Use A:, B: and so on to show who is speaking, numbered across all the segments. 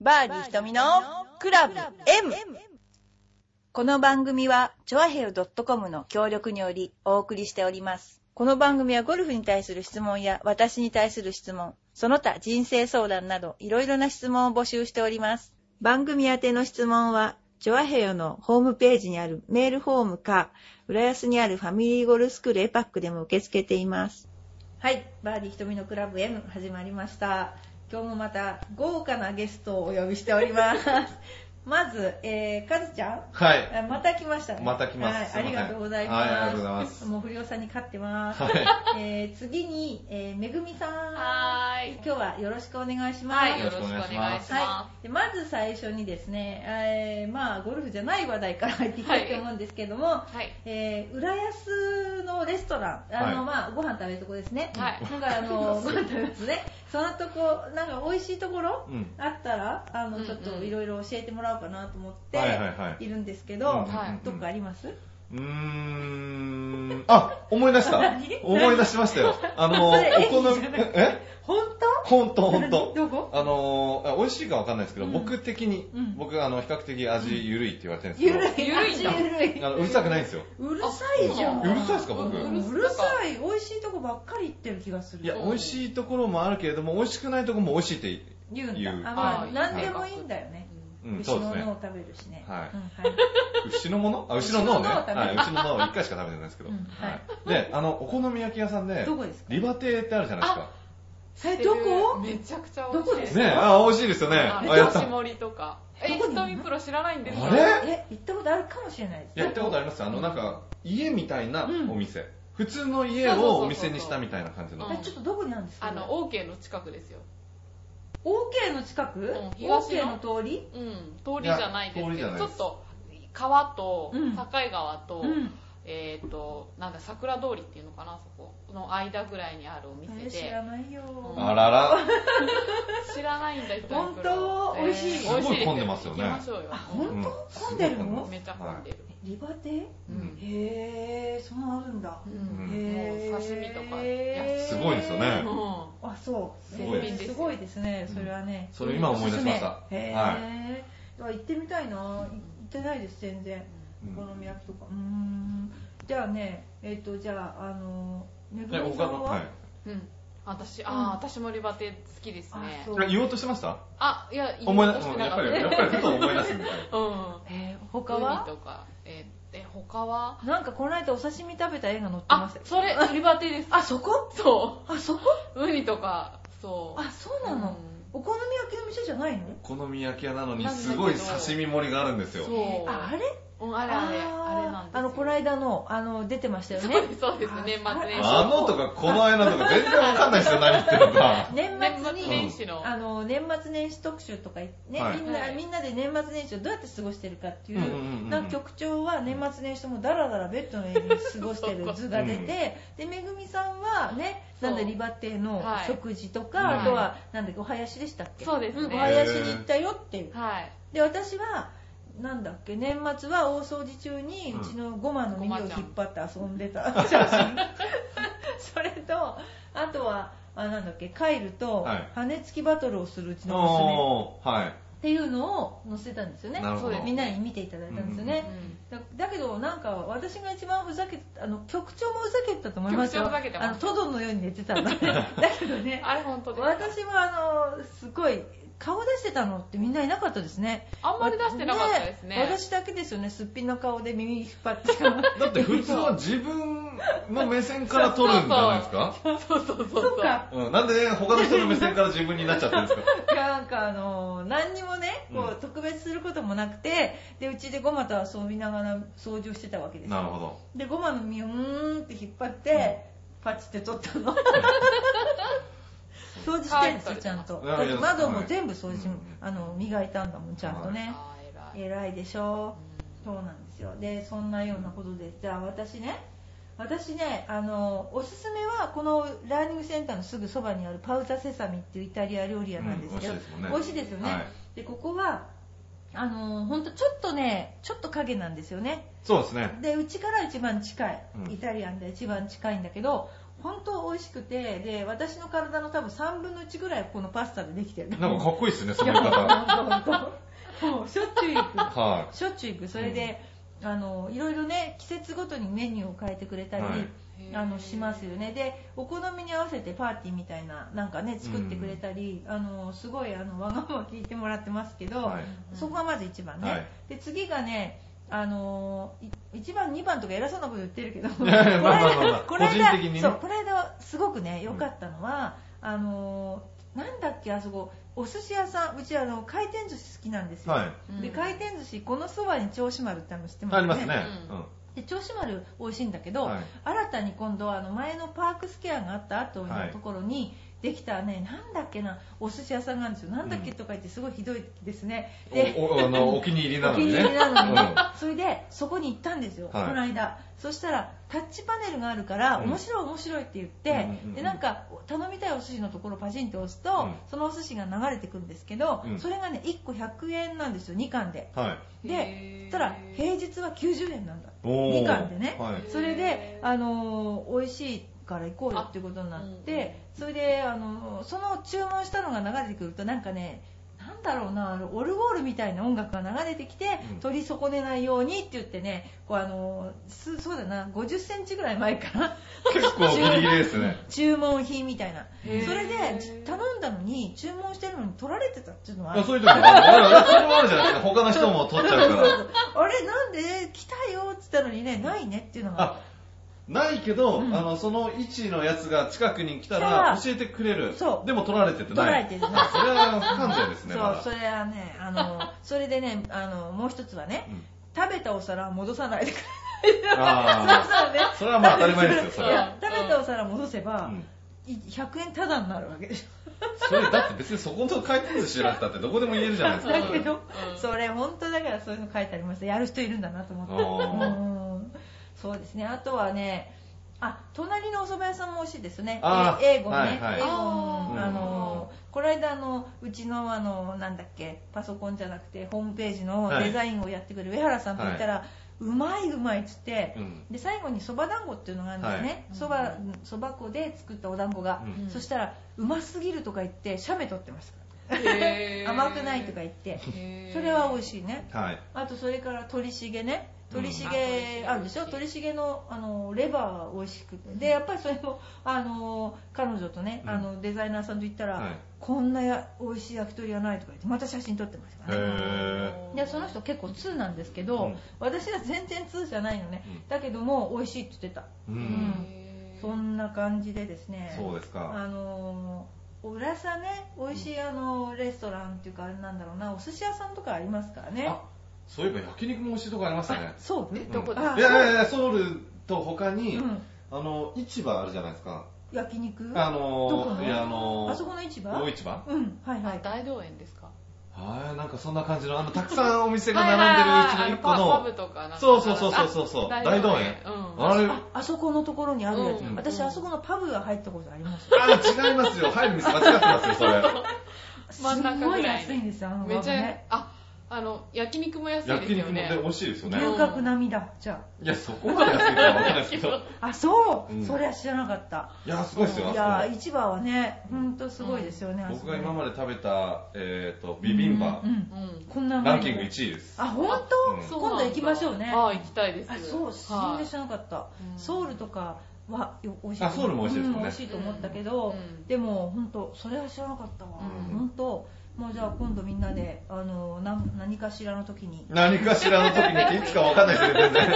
A: バーディー瞳のクラブ M! この番組は、チョアヘル .com の協力によりお送りしております。この番組はゴルフに対する質問や私に対する質問、その他人生相談などいろいろな質問を募集しております。番組宛ての質問は、チョアヘヨのホームページにあるメールフォームか、浦安にあるファミリーゴルフスクールエパックでも受け付けています。はい、バーディー瞳のクラブ M 始まりました。今日もまた豪華なゲストをお呼びしております。 まず、えー、かずちゃん
B: はい。
A: あまた来ましたね。
B: また来ます
A: はい、あ
B: すいませ
A: り
B: ん
A: がとうございます。
B: はいありがとうございます
A: もう不良さんに勝ってます。
B: はい
A: えー、次に、えー、めぐみさん。
C: はーい。
A: 今日はよろしくお願いします。
C: はい、よろしくお願いします。
A: はいでまず最初にですね、えーまあ、ゴルフじゃない話題から入っていきたいと思うんですけども、
C: はい。
A: えー浦安のレストラン、あの、
B: はい
A: まあ、ご飯食べるとこですね。
C: はい
A: なんか、あの、ご飯食べますね。そのとこ、なんか美味しいところ、
B: うん
A: あったら、あ
C: うん
A: の、
C: うん
A: ちょっといろいろ教えてもらおうかなと思っ
B: はいはい
A: て
B: は、い
A: いるんですけ
B: うんうん
A: ど
B: うん、
C: はい
A: どっかあります
B: うーん。あ、思い出した
A: 何。
B: 思い出しましたよ。あの、お
A: それ演技
B: 好
A: じ
B: み
A: ゃ、ない
B: え
A: 本
B: ほん
A: 当
B: とほんと。
A: どこ
B: あのー、あ美味しいかわかんないですけど、
A: うん
B: 僕的に、
A: うん
B: 僕、あの、比較的味緩いって言われてるんで
A: ゆ
B: す
A: るい。
C: ゆるいんだ
A: あゆるい
B: け。ど、あのうるさくないんですよ。
A: うるさいじゃん。
B: うるさいですか、
C: う
B: 僕。
C: ん
B: い
A: うんうるさい。美味しいとこばっかり行ってる気がする。
B: や、美味しいところもあるけれども、美味しくないところも美味しいって、
A: 言うんだ。
B: 言う
A: あ、まあ、
C: はい
A: なんでもいいんだよね。
B: うん、
A: 牛
B: そうで
A: の
B: す
A: 脳
B: ね。
A: を食べるしね。
B: はい
A: うんはい
B: 牛のものあ、牛の脳ね。
A: 牛の脳を食べる
B: はい、牛の脳は一回しか食べてないですけど。
A: うん
B: はい。で、あの、お好み焼き屋さんで
A: ど、こですか
B: リバ亭ってあるじゃないですか。
A: え、どこ
C: めちゃくちゃ
A: どこ
C: 美
A: で
C: 味
A: す
C: しい。
A: か
B: ねえ、あ、美味しいですよね。
C: あ
B: あ、やった。
C: 吉
B: い
C: 森とか。え、
A: どこにいるの
C: 瞳プロ知らないんですか
B: あれ
A: え、行ったことあるかもしれないです。
B: や行ったことありますよあの、なんか、家みたいなお店。普通の家
C: そうそうそう
B: を
C: そう
B: お店にしたみたいな感じの。
C: うん
A: えちょっとどこにあるんですか
C: あの、OK の近くですよ。
A: OK の近く
C: ん
A: ?OK
C: 東
A: の
C: の
A: 通り
C: うん。通りじゃないです
B: いや
C: け
B: 通りじゃ
C: ど、
B: ない
C: ちょ
B: です
C: っと、川と
A: うん、
C: 境川と、えっと、なんだ、桜通りっていうのかな、そこの間ぐらいにあるお
A: え
C: 店
A: ー知
C: で。
A: らないよ。
C: うん
B: あらら。
C: 知らないんだ、人に
A: 本当美味しい
B: すごい混んでますよね
C: 行きましょうよ。
A: 本当混んでる
B: す
A: の
B: ごい混んでま
C: めっちゃ混んでる。
A: リバテ
C: うん
A: へぇー、そんなのあるんだ
C: う。ん
B: ん
A: へー
C: もう刺身とか安
B: すごいですよね
C: うん
A: あ、そう。
B: すごい
A: えー
C: です
A: すごいですね、
B: うん
A: それはね。
B: それ今思い出しました
A: おすすめへ
B: はい
A: ぇー。あ行ってみたいな。行ってないです、全然。
B: うん
A: お好み焼きとか。うーん。じゃあね、えっと、じゃあ、あの、めぐ
B: え、
A: みさ
B: 他
A: ん
B: の、は。
A: はい
C: うん。私、あ
A: うん
C: あ、私もリバテ好きです
A: あ
C: ね
A: そ。う
B: え言おうとしてました
C: あ、いや、
B: 思い出
C: 言おうとし
B: うん
C: てな
B: や
C: か
B: っぱ
C: っ
B: り、
C: た
B: やっぱりふと思い出すみたいな。
C: うん。
A: えー他は
C: ウニとか、えー、え他は
A: なんかこの間お刺身食べた絵が載ってま
C: あ
A: したよ、
C: それ、リバテです。
A: あそこ
C: そ
A: あそこ
C: う。ウニとか、そう。
A: あそうなの、お好み焼きの店じゃないの
B: お好み焼き屋なのに、すごい刺身盛りがあるんです
C: うん
B: よ。
C: そう。
A: ああれ
C: うんあれあれ、あれなんです
A: あ
C: よ
A: のこの間のあの出てましたよね
C: そうですそうです年末年
B: あ
C: 始。
B: のとか、この間とか、全然わかんないですよ、何言ってるか。
A: 年
C: 年
A: 末に
C: 末年始の。
A: あの年末年始特集とかね、
B: はい
A: みんな
C: はい
A: みんなで年末年始をどうやって過ごしてるかっていう,、
B: うんうんうんうん
A: なんか局長は年末年始ともダラダラベッドの上に過ごしてる図が出て、
B: うん
A: でめぐみさんはねなんだ
C: そう
A: リバテの
C: はい
A: 食事とか、
B: はい
A: あとはなんだっけお囃子でしたっけ
C: そうですね
A: んお囃子に行ったよっていう
C: はい。
A: で私はなんだっけ年末は大掃除中に
B: うん
A: うちのゴマの耳を
C: ごま
A: 引っ
C: ちゃん
A: 張って遊んでた写真それとあとはあなんだっけカイルと
B: はい
A: 羽根つきバトルをするうちの娘、
B: おー、はい。
A: っていうのを載せたんですよね
B: なる
A: そ
B: ほど
A: うですみんなに見ていただいたんですよね、だだけどなんか私が一番ふざけてあの局長もふざけてたと思いますよ
C: 局長ふざけてます
A: あのトドのように寝てたんだねだけどね
C: あれ本当ですか。
A: 私もあのすごい顔出してたのってみんないなかったですね
C: あんまり出してなかったですね。
A: 私だけですよね、すっぴんの顔で耳引っ張って。
B: だって、普通は自分の目線から撮るんじゃないですか
C: そうそうそうそう。
A: そうか。
B: うん、なんで他の人の目線から自分になっちゃってるんですか
A: いやなんかあの何にもね、こ
B: う
A: う特別することもなくて、でうちでゴマと遊びながら掃除をしてたわけですよ。
B: なるほど。
A: でゴマの実をうーんって引っ張って、パチって取った の。掃除してるんですよちゃんと。
B: いやいや
A: だって窓も全部掃除、
B: はい
A: あの磨いたんだもんちゃんとね。
C: あー偉い。
A: 偉いでしょ。そうなんですよでそんなようなことでじゃあ私ね私ねあのおすすめはこのラーニングセンターのすぐそばにあるパウタセサミっていうイタリア料理屋なんですけど、
B: うん美味しいですもんね
A: 美味しいですよね、
B: はい
A: でここはあのほんとちょっとねちょっと影なんですよね
B: そうですね。
A: でうちから一番近い、
B: うん
A: イタリアンで一番近いんだけど本当美味しくてで私の体の多分3分の1ぐらいこのパスタでできてる
B: なんかかっこいいですね、その言い方。
A: 本当もうしょっちゅう行く
B: は
A: しょっちゅう行くそれで、あのいろいろね季節ごとにメニューを変えてくれたり、
B: はい
A: あのしますよねでお好みに合わせてパーティーみたいななんかね作ってくれたり、あのすごいあのわがまま聞いてもらってますけ
B: い。
A: ど、
B: はい。
A: そこがまず一番ね、
B: はい
A: で次がねあの1番2番とか偉そうなこと言ってるけどこ
B: い
A: の
B: やい やまあまあまあま
A: 間
B: あ
A: この間
B: 個人的にね
A: そうこの間すごくね良かったのは、あのなんだっけあそこお寿司屋さんうちあの回転寿司好きなんですよ、
B: はい。
C: うん
A: で回転寿司このそばに銚子丸ってあるの知ってます
B: ありますね。
C: う
A: で銚子丸美味しいんだけ
B: うん。
A: ど、
B: はい。
A: 新たに今度はあの前のパークスケアがあった後
B: は
A: の
B: い
A: ところにできたね、なんだっけなお寿司屋さんがあるんですよなんだっけとか言ってすごいひどいですね、で
B: おお あのお気に入りな
A: お
B: の
A: 気に
B: に
A: 入り
B: ね。
A: なのに、
B: うん
A: それでそこに行ったんですよ、
B: はい
A: この間そしたらタッチパネルがあるから、
B: うん
A: 面白い面白いって言って、
B: うんうんうん
A: でなんか頼みたいお寿司のところをパチンと押すと、
B: うん
A: そのお寿司が流れてくるんですけど、
B: うん
A: それがね1個100円なんですよ2貫で
B: はい。
A: でそしたら平日は90円なんだ
B: おー
A: みかんでね
B: はい。
A: それで
C: へ、ー
A: あのー美味しいから行こうよっていうことになって、それで、あのーその注文したのが流れてくるとなんかねなんだろうなあのオルゴールみたいな音楽が流れてきて、
B: うん
A: 取り損ねないようにって言ってねこう、あのーすそうだな5 0センチぐらい前から
B: 結構ギリギリですね。
A: 注文品みたいな
C: へー
A: それでじ頼んだのに注文してるのに取られてたっていうのはあ
B: あ
A: る
B: そういう時もある。それもあるじゃないですか。他の人も取っちゃうから。
A: あれなんで来たよって言ったのにねないねっていうのが
B: あないけど、
A: うん
B: あのその位置のやつが近くに来た
A: じゃ
B: ら
A: あ
B: 教えてくれる
A: そう
B: でも取られてて
A: 取ら
B: な
A: れ
B: い
A: てるね
B: それは不完全ですねまだ
A: そうそれはねあ のそれでねあのもう一つはね
B: うん
A: 食べたお皿は戻さないでください
B: あ
A: そうね
B: あ それはまあ当たり前ですよそ
A: い
B: れは、
A: や食べたお皿戻せ
B: う
A: ば、
B: ん、
A: い100円タダになるわけでし
B: それだって別にそこの回転寿司じゃなくたってどこでも言えるじゃないです
A: ょ
B: か
A: だけど、
C: うん
A: それ本当だからそういうの書いてありましたやる人いるんだなと思って
B: あ
A: うんそうですねあとはねあ隣のお蕎麦屋さんも美味しいですね
B: あー
A: え英語ね、
B: はいはい
A: 英語
C: あ
B: ー
A: あのこの間あのうちのあのなんだっけパソコンじゃなくてホームページのデザインをやってくる上原さんと言ったら、うまいうまいっつって
B: ーうん
A: で最後にそば団子っていうのがあるんですね
C: はい
A: そば、そば粉で作ったお団子が、
B: うん
C: うん
A: そしたらうますぎるとか言って写メ撮ってました
C: へー
A: 甘くないとか言って
C: へー
A: それは美味しいね
B: はい
A: あとそれから鶏しげね
B: うん
A: 鶏しげあるでしょ
C: あ
A: 鶏しげのあのレバーは美味しくてでやっぱりそれもあの彼女とね
B: うん
A: あのデザイナーさんと行ったら、
B: はい
A: こんなや美味しい焼き鳥はないとか言ってまた写真撮ってましたか
B: へ
A: らね
B: え
A: でその人結構2なんですけど、
B: うん
A: 私は全然2じゃないのね、
B: うん
A: だけども美味しいって言ってた、
C: う
B: う
C: ん
A: んそんな感じでですね
B: そうですか
A: あのー浦さね美味しいあのレストランっていうかあれなんだろうなお寿司屋さんとかありますからね
B: あそういえば焼肉も美味しいとこありましたね
A: そうね
C: えどこで
A: あ
B: いやいやいやソウルと他に、
A: うん
B: あの市場あるじゃないですか
A: 焼肉
B: あ
A: あどこ
B: の
A: の
B: いやあの
A: そこの市場
B: 大市場
A: うんはいは
C: あ
A: い
C: 大道園ですか
B: はい、なんかそんな感じの、あの、たくさんお店が並んでるうちの一個
C: はいはいはいあのパパブ
B: の、
C: とかなんか
B: そうそうそうそうそうそう
C: あ
B: 大道園
C: うん
B: あれ、
A: ああそこのところにあるやつ、
C: うん
A: 私あそこのパブは入ったことあります
B: あ、違いますよ。入る店間違ってますよ、それ。
A: す
C: 真ん中
A: ご
C: ぐ
A: い
C: らい
A: 安いんですよあの
C: めちゃ、
A: ね
C: ああの焼肉も安いで
B: 焼
C: す
B: 肉
C: よ
B: もね
C: ね、
B: 美味しいですよね。
A: 牛角並みだじゃ
B: いや、そこまで安いかわかんないですけど。
A: ああそう、
B: うん
A: それは知らなかった
B: いや、すごいですよ、
A: い
B: あ
A: や
B: そこ。
A: 市場はねほんとすごいですよね、あそ
B: 僕
A: こ
B: が
A: ね
B: 今まで食べた、えっと、ビビンバ
A: う、ん
C: うん
A: こんな
B: ランキング
A: 位
B: 1位です。
A: あ本
B: うん
A: 当、今度行きましょうね
C: ああ行きたいです
A: あそう全
C: は
A: 然
C: い
A: 知らなかった
C: うん
A: ソウルとかはよ美味しい
B: あソウルも美味しいですも
A: う
B: んね
A: ん美味しいと思ったけど、
C: うん
A: でも本当それは知らなかったわ、
C: うん
A: 本当もうじゃあ今度みんなであのなん何かしらの時 にい
B: 何かしらの時にいつかわかんないですけど、全然。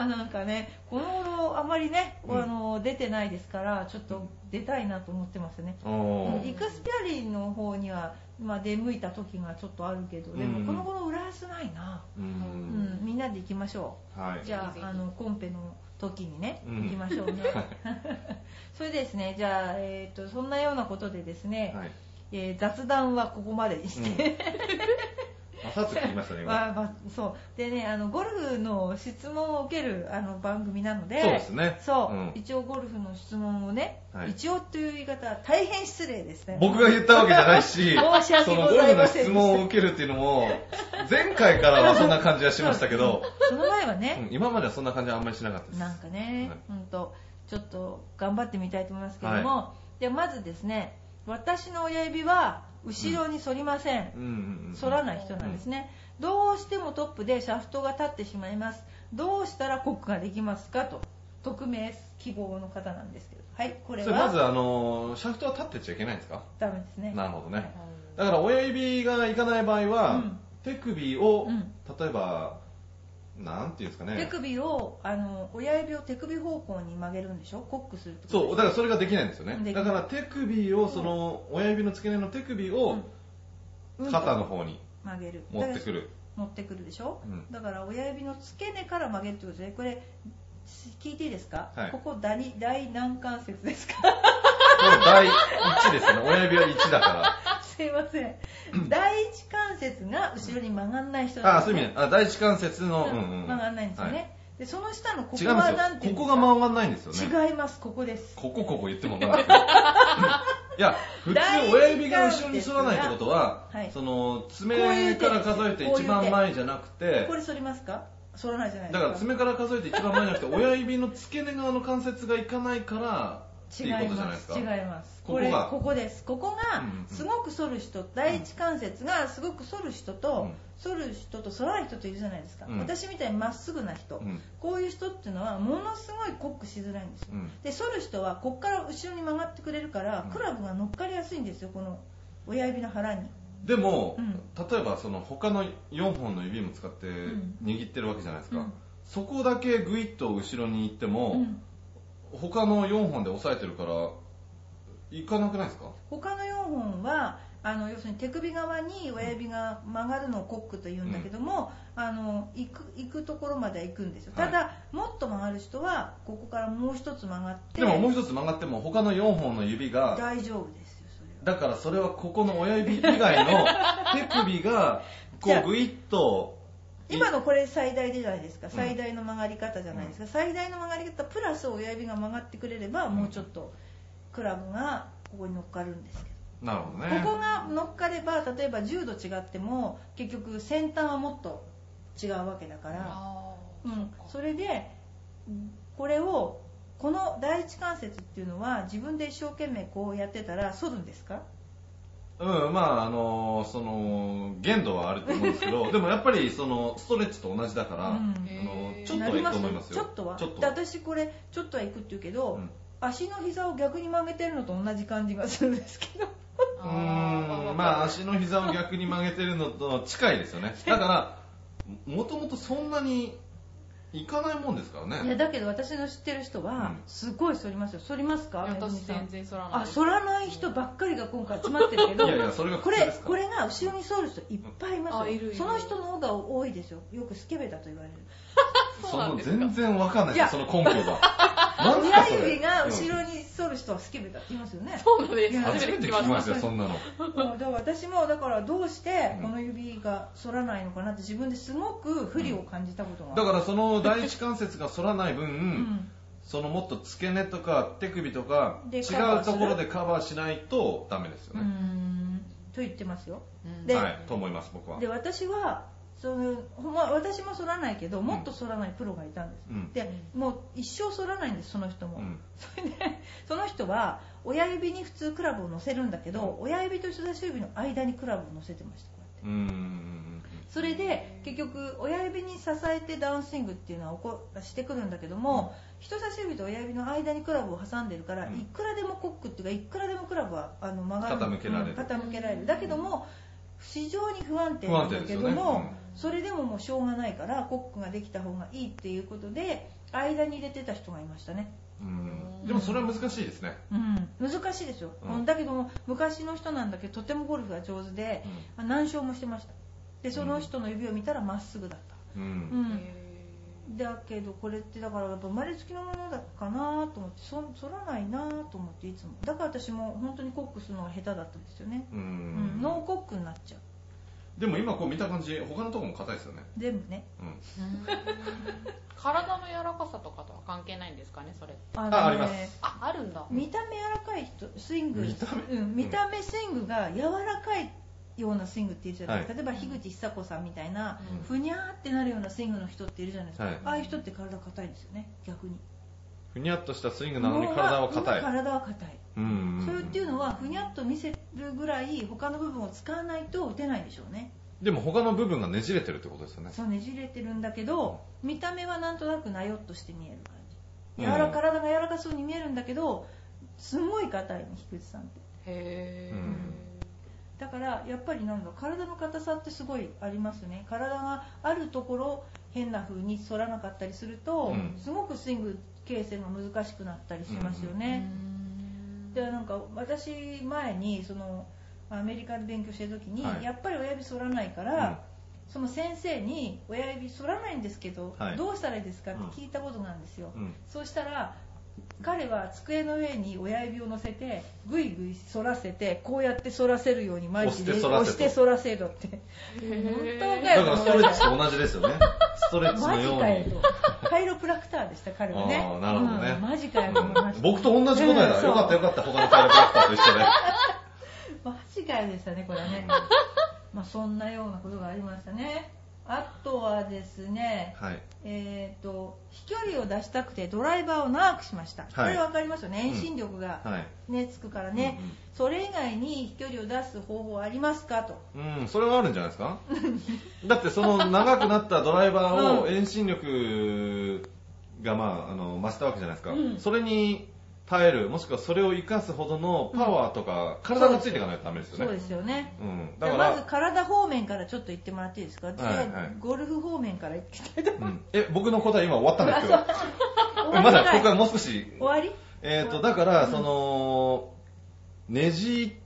A: やなんかねこの頃あまりね、
B: うん
A: あの出てないですからちょっと出たいなと思ってますね、
B: お
C: ん
B: ー
A: イクスピアリーの方には、まあ、出向いた時がちょっとあるけどで
B: う
A: も
B: ん
A: この頃浦安ないな、
B: う。
A: うんん、みんなで行きましょう
B: はい。
A: じゃ
C: ぜひ
A: あ
C: ぜひ
A: あのコンペの時にね
B: うん
A: 行きましょうね、 それでですねじゃあ、えー、とそんなようなことでですね、
B: はい。
A: えー雑談はここまでにして、
B: あさつ聞きましたね、今。
A: まあまあそうでねあのゴルフの質問を受けるあの番組なので
B: そうですね。
A: そう
B: うん
A: 一応ゴルフの質問をね、
B: はい
A: 一応という言い方は大変失礼ですね
B: 僕が言ったわけじゃない し、
A: 申し訳
B: そ
A: ご
B: のゴル
A: ざい
B: フ
A: ま
B: の
A: せん
B: 質問を受けるっていうのも、前回からはそんな感じはしましたけど、
A: その前は
B: う
A: ね、
B: ん今まではそんな感じはあんまりしなかったです。
A: なんかね
B: はい、
A: ほんとちょっと頑張ってみたいと思いますけども、でまずですね私の親指は後ろに反りません
B: うんうんうん。
A: 反らない人なんですね、どうしてもトップでシャフトが立ってしまいますどうしたらコックができますかと匿名希望の方なんですけどはいこれ
B: それま
A: は
B: ず、あのー、シャフトは立ってっちゃいけないんですか
A: ダメですね
B: なるほどね。だから親指がいかない場合は、
A: うん
B: 手首を、
A: うん
B: 例えば、なんていうんですか
A: 手
B: ね。
A: 首をあの親指を手首方向に曲げるんでしょコックするってこと
B: そう、だからそれができないんですよ
A: で
B: ね。
A: きな
B: だ
A: い
B: から手首を、その、親指の付け根の手首を、
A: うん
B: 肩の方に
A: 曲げる
B: 持ってく
A: る
B: る。
A: 持ってくるでしょ、
B: うん
A: だから親指の付け根から曲げるってことでこれ聞いていいですか、
B: はい
A: ここ第第何関節ですか
B: これ第1ですね。親指は1だか
A: すいません第一関節が後ろに曲がんない人
B: ら。
A: な
B: あ、
A: ん
B: そ
A: で
B: う
A: す
B: い
A: ね
B: う意味ね。あ、第1関節の、うんうん。
A: 曲がんないんですよね、
B: はい
A: でその下のここ
B: 違うん
A: はなん
B: です
A: てい
B: よ。
A: うんで
B: こ
A: す
B: こ
A: か
B: が曲がんないんですよね。
A: 違いますここです
B: ここここ言っても分 かんないですけどいや、普通親指が後ろに反らないってことは、
A: はい
B: その爪から数えて
A: こういう手
B: 一番前じゃなくて
A: こ、れ反りますか反らないじゃないで
B: だ
A: すか
B: か
A: ら
B: 爪から数えて一番前じゃなくて、親指の付け根側の関節がいかないから、っていう
A: 違い
B: ことじゃない
A: ま
B: です
A: す
B: か。
A: 違いますこ
B: ここ
A: れ
B: が
A: ここですここが
B: うんうん
A: すごく反る人、第一関節がすごく反る人と、反る人と反らない人といるじゃないですか、
B: うん
A: 私みたいにまっすぐな人、
B: うん
A: こういう人っていうのはものすごいコックしづらいんですよ、
B: うん
A: で反る人はこっから後ろに曲がってくれるから、
B: うん
A: クラブが乗っかりやすいんですよこの親指の腹に
B: でも、
A: うん
B: 例えばその他の4本の指も使って
A: ん
B: 握ってるわけじゃないですか、
A: うん
B: そこだけグイッと後ろに行っても、
A: うん
B: 他の4本で押さえてるからいかなくないですか
A: 他の4本はあの要するに手首側に親指が曲がるのをコックと言うんだけども、あの行く行くところまでは行くんですよ、
B: はい
A: ただもっと曲がる人はここからもう一つ曲がって
B: でももう一つ曲がっても他の4本の指が
A: 大丈夫ですよそれは
B: だからそれはここの親指以外 の手首がこ
A: じゃあ
B: うグイッとい
A: 今のこれ最大でじゃないですか最大の曲がり方じゃないですか、最大の曲がり方プラス親指が曲がってくれればもうちょっとクラブがここに乗っかるんですけど
B: なるほどね
A: ここが乗っかれば例えば10度違っても結局先端はもっと違うわけだから、
C: あ
A: う
C: ー
A: ん、
C: そ
A: それでこれをこの第一関節っていうのは自分で一生懸命こうやってたら反るんですか
B: うんまああのその限度はあると思うんです けどでもやっぱりそのストレッチと同じだから、
A: うん
B: あの
C: へー
B: ちょっとはいくと思いますよ
A: ちょっとは
B: ちょっと
A: で
B: は
A: 私これちょっとはいくって言うけど、
B: うん
A: 足の膝を逆に曲げてるのと同じ感じがするんです けど
B: う
C: あ
B: ー
C: ー
B: んまあ足の膝を逆に曲げてるのと近いですよねだからもともとそんなにいかないもんですから
A: いや
B: ね
A: だけど私の知ってる人は
B: うん
A: すごい反りますよ反りますかめぐみ
C: 私
A: さん
C: 全然そらない
A: あ反らない人ばっかりが今回集まってるけど
B: いやいやそれが
A: こ
B: 普通で
A: れ
B: すから
A: これが後ろに反る人いっぱいいま
C: あ
A: すよ
C: いるいる
A: その人の方が多いですよよくスケベだと言われる
C: そうなん
B: の
C: ですか
B: 全然わかんない
A: いや
B: ですその根拠がなんすか
A: 親
B: それ
A: 指が
B: うん
A: 後ろに反る人はスケベだって言いますよね
C: そうなんです
A: いや
B: 初めて聞きましたよそんなの
A: だから私もだからどうして
B: うん
A: この指が反らないのかなって自分ですごく不利を感じたことがある
B: だからその第一関節が反らない分、
A: うん
B: そのもっと付け根とか手首とか
A: で
B: 違う
A: カバーす
B: と
A: る
B: ころでカバーしないとダメです
A: う
B: よ
A: ー
B: ね、
A: んと言ってますよ
C: うん
A: で
B: はいと思います僕は
A: で私はそのほんま私も反らないけどもっと反らないプロがいたんです、
B: うん
A: でもう一生反らないんですその人も、
B: うん
A: そ れでその人は親指に普通クラブを乗せるんだけど、親指と人差し指の間にクラブを乗せてましたこうやって
B: うーん
A: それで結局親指に支えてダウンスイングっていうのは起こしてくるんだけども、人差し指と親指の間にクラブを挟んでるから、
B: うん
A: いくらでもコックっていうかいくらでもクラブはあの曲がる
B: 傾けられる
A: うん傾けられるだけども非常に不安定なんだけど
B: 不安定です
A: も、
B: よね
A: それでももうしょうがないからコックができた方がいいっていうことで間に入れてた人がいましたね、
B: うんでもそれは難しいですね、
A: うん、難しいですよ、
B: うん
A: だけども昔の人なんだけどとてもゴルフが上手で
B: うん
A: まあ何勝もしてましたでその人の指を見たらまっすぐだったう
B: う
A: んん、
C: へ
A: だけどこれってだからやっぱ生まれつきのものだかなと思ってそ反らないなと思っていつもだから私も本当にコックするのが下手だったんですよね、
B: う
A: うんん、ノーコックになっちゃう
B: でも今こう見た感じ他のとこも硬いですよね、
A: 全部ね
B: うん、
C: ーうん体の柔らかさとかとは関係ないんですかねそれ
A: あの
B: ああります
C: ああるんだ
A: 見た目柔らかい人スイング
B: 見た目
A: うん、見た目スイングが柔らかいようなスイングっているじゃないですか、
B: は
A: 例えば樋口久子さんみたいな、
B: うん
A: ふにゃーってなるようなスイングの人っているじゃないですか、
B: はい
A: ああいう人って体硬いんですよね逆に
B: ふにゃっとしたスイングなのに体は硬い。
A: 体は硬い
B: うん
A: それっていうのはふにゃっと見せるぐらい他の部分を使わないと打てないんでしょうね
B: でも他の部分がねじれてるってことですよね。
A: そうねじれてるんだけど見た目はなんとなくなよっとして見える感じ
B: うん
A: 柔ら体が柔らかそうに見えるんだけどすごい硬いの菊池さんって
C: へー
B: うん
A: だからやっぱりなんだ体の硬さってすごいありますね体があるところ変な風に反らなかったりすると、
B: うん
A: すごくスイング形成が難しくなったりしますよ
C: う
A: ね、
C: ん
A: でなんか私前にそのアメリカで勉強してる時に、
B: はい
A: やっぱり親指反らないから、その先生に親指反らないんですけど、
B: はい
A: どうしたらいいですかって聞いたことなんですよ、
B: うん。
A: そうしたら彼は机の上に親指を乗せてぐいぐい反らせてこうやって反らせるように毎日
B: 押して反ら
A: 押
B: せと
A: して反らせろ って
C: へ
A: 本
C: ー
A: 当だ
B: だ
A: よ
B: からストレッチと同じです よね。ストレッチ
A: マ
B: の
A: ジ
B: よう
A: かよ
B: に。
A: とカイロプラクターでした彼はね
B: あーなるほどね
A: うんマジかよと思いました
B: 僕と同じ答え
A: う
B: だ。
A: んそう
B: よかったよかった。他のカイロプラクターと一 緒で。
A: マジかよでしたねこれはねまあそんなようなことがありましたねあとはですね
B: はい。
A: えー、と飛距離を出したくてドライバーを長くしました、これ分かりますよね
B: うん
A: 遠心力が、
B: はい。
A: ねつくからね、それ以外に飛距離を出す方法ありますかと
B: うん。うん、それはあるんじゃないですか だってその長くなったドライバーを遠心力がまあ、あの、増したわけじゃないですか。
C: うん
B: それに耐える、もしくはそれを活かすほどのパワーとか、体がついていかないとダメですよね。
A: そうですよね
B: うん。だ
A: じゃ
B: か
A: あ
B: ら、
A: まず体方面からちょっと言ってもらっていいですか、
B: い
A: じゃあ
B: はい
A: ゴルフ方面から行きたいと
B: うんえ、僕の答え今終わったんですけ ど。
A: 思い
B: ま
A: ます
B: だ
A: 終わり
B: こ
A: か
B: こ
A: い
B: はもう少し。
A: 終わり
B: えっ、と、だから、その、ねじっ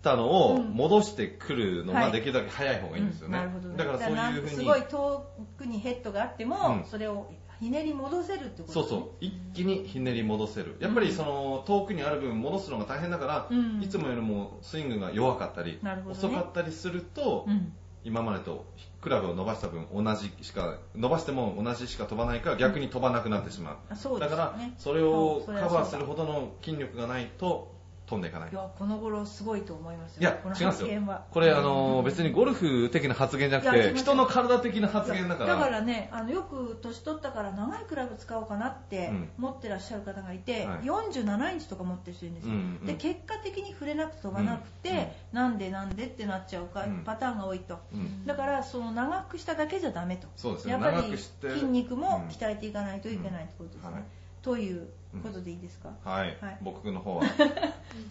B: たのを
A: うん
B: 戻してくるの
A: は
B: が
A: い
B: できるだけ早い方がいいんですよね。
A: なるほどね
B: だからそう
A: じゃあ
B: い
A: な
B: うふう
A: す
B: に
A: ご、い遠くにヘッドがあっても、
B: うん
A: それをひねり戻せるってこと
B: そうそう、一気にひねり戻せる。やっぱりその、遠くにある分戻すのが大変だから、
A: うん
B: いつもよりもスイングが弱かったり、
A: なるほどね
B: 遅かったりすると、
A: うん
B: 今までとクラブを伸ばした分同じしか、伸ばしても同じしか飛ばないから逆に飛ばなくなってしまう。
A: あそうで
B: だ
A: す
B: か
A: よ
B: ら
A: ね
B: それをカバーする
A: 方
B: ほどの筋力がないと飛んでいかない
A: いやこの頃すごいと思いますよ
B: いや
A: この
B: 違うんで
A: 発
B: すよ
A: 言は
B: これあのー別にゴルフ的な発言じゃなく
A: いや違い
B: て
A: ます
B: 人の体的な発言だから
A: だからねあのよく年取ったから長いクラブ使おうかなって
B: うん
A: 持ってらっしゃる方がいて、
B: はい
A: 47インチとか持ってる人いるんです
B: う
A: よ、
B: んうん
A: で結果的に触れなくて飛ばなくて、なんでなんでってなっちゃうか、
B: うん
A: パターンが多いと
B: うん
A: だからその長くしただけじゃダメと
B: そうですね
A: やっぱ
B: 長
A: り
B: くして
A: 筋肉も
B: うん
A: 鍛えていかないといけないってことですね、
B: はい
A: ということでいいですか、
B: はい、
A: はい
B: 僕の方は、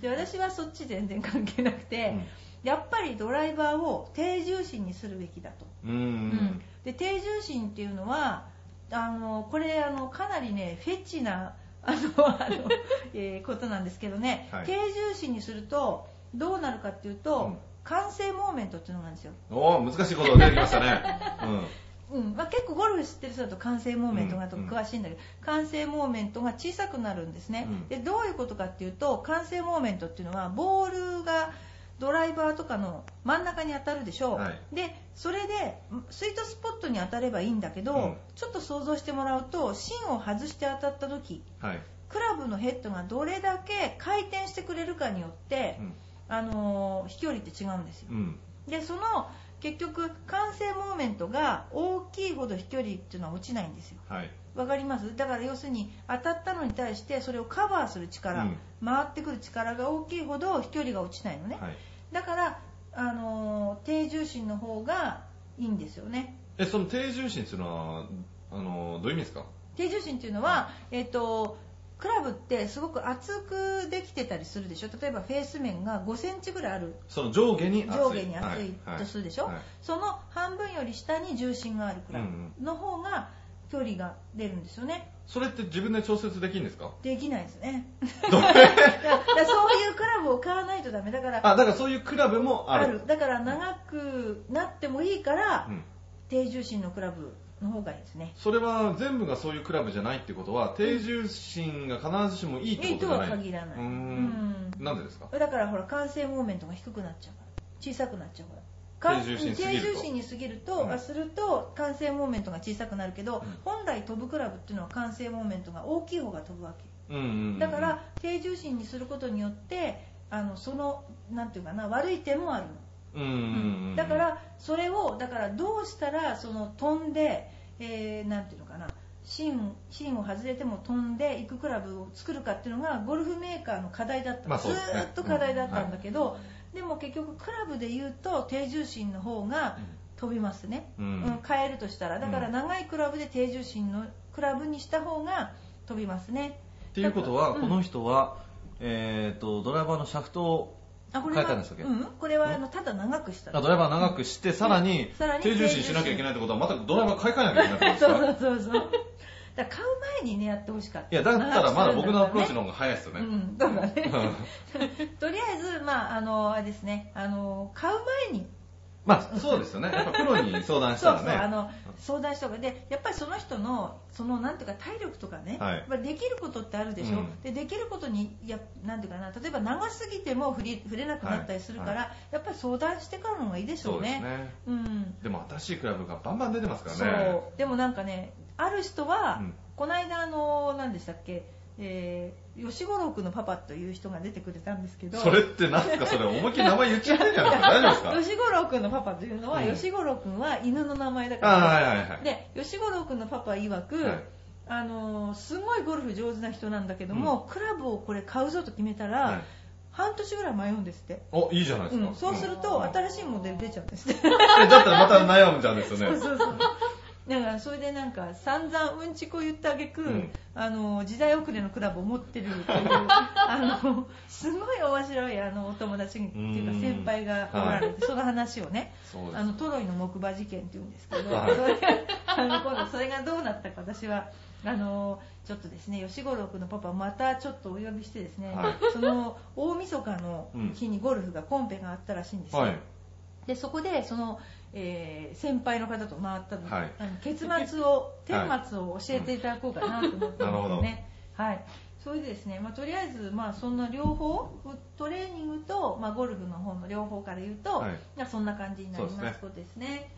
A: で私はそっち全然関係なく
B: う
A: て、
B: ん
A: やっぱりドライバーを低重心にするべきだと
B: うんうん
A: で低重心っていうのはあのこれあのかなりねフェチなあのあの、えーことなんですけどね、
B: はい
A: 低重心にするとどうなるかっていうと、
B: うん
A: 完成モーメントっていうのがあるんですよ、
B: おー難しいことが出てきましたね、
A: うんまあ、結構ゴルフ知ってる人だと完成モーメントがとか
B: うん
A: 詳しいんだけど、完成モーメントが小さくなるんですね、
B: うん
A: でどういうことかっていうと完成モーメントっていうのはボールがドライバーとかの真ん中に当たるでしょう、
B: はい
A: でそれでスイートスポットに当たればいいんだけど、
B: うん
A: ちょっと想像してもらうと芯を外して当たった時
B: うんはい、
A: クラブのヘッドがどれだけ回転してくれるかによって
B: う、ん
A: あのー飛距離って違うんですよ
B: うん
A: でその結局完成モーメントが大きいほど飛距離っていうのは落ちないんですよ
B: はい、
A: わかりますだから要するに当たったのに対してそれをカバーする力、
B: うん
A: 回ってくる力が大きいほど飛距離が落ちないのね、
B: はい、
A: だから、あのー低重心の方がいいんですよね
B: えその低重心っていうのはあのーどういう意味ですか
A: 低重心っていうのは、えっとクラブってすごく厚くできてたりするでしょ例えばフェース面が5センチぐらいある
B: その上下に厚い
A: 上下に厚いとするでしょ、
B: はいはい
A: その半分より下に重心があるクラブの方が距離が出るんですよね
B: それって自分で調節できるんですか
A: できないですね
B: ど う
A: だからそういうクラブを買わないとダメだから
B: あだからそういうクラブもあ
A: あ
B: る
A: るだから長くなってもいいから、
B: うん
A: 低重心のクラブの方がいいですね
B: それは全部がそういうクラブじゃないってことは低重心が必ずしもいいってことじゃない
A: いいとは限らないう
B: ー
A: うん
B: んなんでですか
A: だからほら完成モーメントが低くなっちゃうから小さくなっちゃうからか
B: 低重心すぎると
A: 低重心に過ぎると、
B: うん
A: あすると完成モーメントが小さくなるけど、
B: ん
A: 本来飛ぶクラブっていうのは完成モーメントが大きい方が飛ぶわけ
B: うんうんうん
A: だから低重心にすることによってあのそのなんていうかな悪い点もあるの、
B: うんうんうんうん
A: だからそれをだからどうしたらその飛んで、えーなんていうのかな芯芯を外れても飛んでいくクラブを作るかっていうのがゴルフメーカーの課題だった、
B: まあ
A: ず
B: そうですね
A: ーっと課題だったんだけど、でも結局クラブで言うと低重心の方が飛びますね、
B: う
A: うん
B: ん
A: 変えるとしたらだから
B: うん
A: 長いクラブで低重心のクラブにした方が飛びますね
B: っていうことは、この人は、えっとドライバーのシャフトを
A: あこれ
B: 変
A: は
B: えたんでしたっけ
A: うん、これはあのただ長くした
B: あ ドライバー長くして、さらに
A: さらに
B: 低重心しなきゃいけないってことはまたドライバー買い替えなきゃいけないって
A: そ
B: こと
A: う
B: ですか
A: そうそうそうだから買う前にねやってほしかった
B: いやだったらまだ僕のアプローチ
A: の
B: の方が早いですよ
A: う
B: ね、
A: んそうだね
B: うん
A: とりあえず、まあ、あの、あれですね、あの、買う前に、
B: まあそうですよねやっぱプロに相談し
A: そ
B: た
A: う
B: ら
A: そう、
B: ね
A: あの、相談した方が、で、やっぱりその人の、その、なんていうか、体力とかね、
B: はい
A: やっぱりできることってあるでしょ、
B: うん
A: で、できることに、や、なんていうかな、例えば長すぎても振り、振れなくなったりするから、
B: は
A: やっぱり相談してからの方がいいでしょ
B: そううです
A: ね。
B: ね
A: うん。
B: でも新しいクラブがバンバン出てますから
A: そ
B: ね
A: う。でもなんかね、ある人は、
B: うん
A: この間、あの、何でしたっけ、えー、吉五郎君のパパという人が出てくれたんですけど、
B: それって何ですかそれ思いっきり名前言っちゃってんじゃないですか大丈夫ですか
A: 吉五郎君のパパというのは、
B: うん
A: 吉五郎君は犬の名前だから、
B: あーはいはいはい
A: で吉五郎君のパパ曰く、
B: はい
A: あのーすごいゴルフ上手な人なんだけども、クラブをこれ買うぞと決めたら、
B: はい
A: 半年ぐらい迷うんですって、
B: おいいじゃないで
A: う
B: すか、
A: ん、そうすると
B: うん
A: 新しいモデル出ちゃうんですって
B: えだったらまた悩んじゃうんですよね
A: そうそうそうだからそれでなんか散々うんちこ言った挙句、
B: うん
A: あのー時代遅れのクラブを持ってるっていう あのーすごい面白いあのお友達っていう
B: う
A: か
B: ん
A: 先輩がおられて、その話をね
B: そうです
A: あのトロイの木馬事件って言うんですけど、
B: はい
A: それ あの今度それがどうなったか私はあのちょっとですね吉五郎君のパパまたちょっとお呼びしてですね、
B: はい
A: その大晦日の日にゴルフがコンペがあったらしいんですよ、
B: はい
A: でそこでその、えー先輩の方と回ったので、
B: はい
A: あの結末を顛末を教えていただこうかなと思って
B: うんなる
A: ま
B: ほ
A: す
B: ど
A: ね。はいそれでですね、まあ、とりあえず、まあ、そんな両方トレーニングと、まあ、ゴルフの方の両方から言うと、
B: はい
A: まあそんな感じになります
B: そうですね
A: そうですね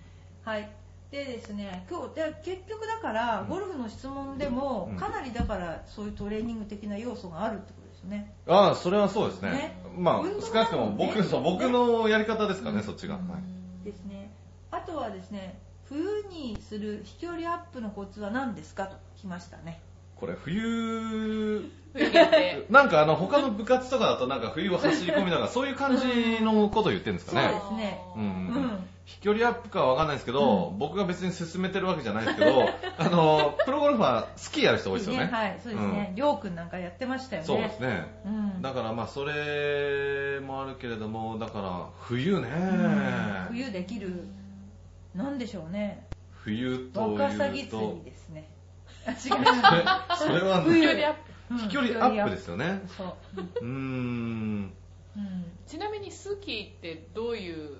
A: はいでですね今日で結局だからゴルフの質問でも、
B: うん
A: かなりだからそういうトレーニング的な要素があるってことですね
B: ああそれはそうですね
A: ね
B: まあ
A: 運動
B: 少なくとも
A: だもんね
B: 僕,、そう僕のやり方ですからね、そっちが、はい
A: ですねあとはですね冬にする飛距離アップのコツは何ですかと来ましたね
B: これ
C: 冬限
B: 冬
C: 定
B: なんかあの他の部活とかだとなんか冬を走り 込みだからそういう感じのことを言ってるんですか
A: そう
B: ね
A: ですね
B: うん
A: う
B: うん
A: ん
B: 飛距離アップかは分かんないですけど、僕が別に進めてるわけじゃないですけど あのプロゴルファースキーやる人多いですよね
A: はいそうですね、りょうくんなんかやってましたよね
B: そうですね
A: うん
B: だからまあそれもあるけれどもだから冬ね、
A: うん冬できるなんでしょうね
B: 冬というと
A: ワカサギ釣りです ねあ違う
B: えそれは、
A: 冬
C: 距離アップ
A: うん
B: 飛距離アップですよね
A: そう、
B: うー
A: う
B: ん
A: ん、
C: ちなみにスキーってどういう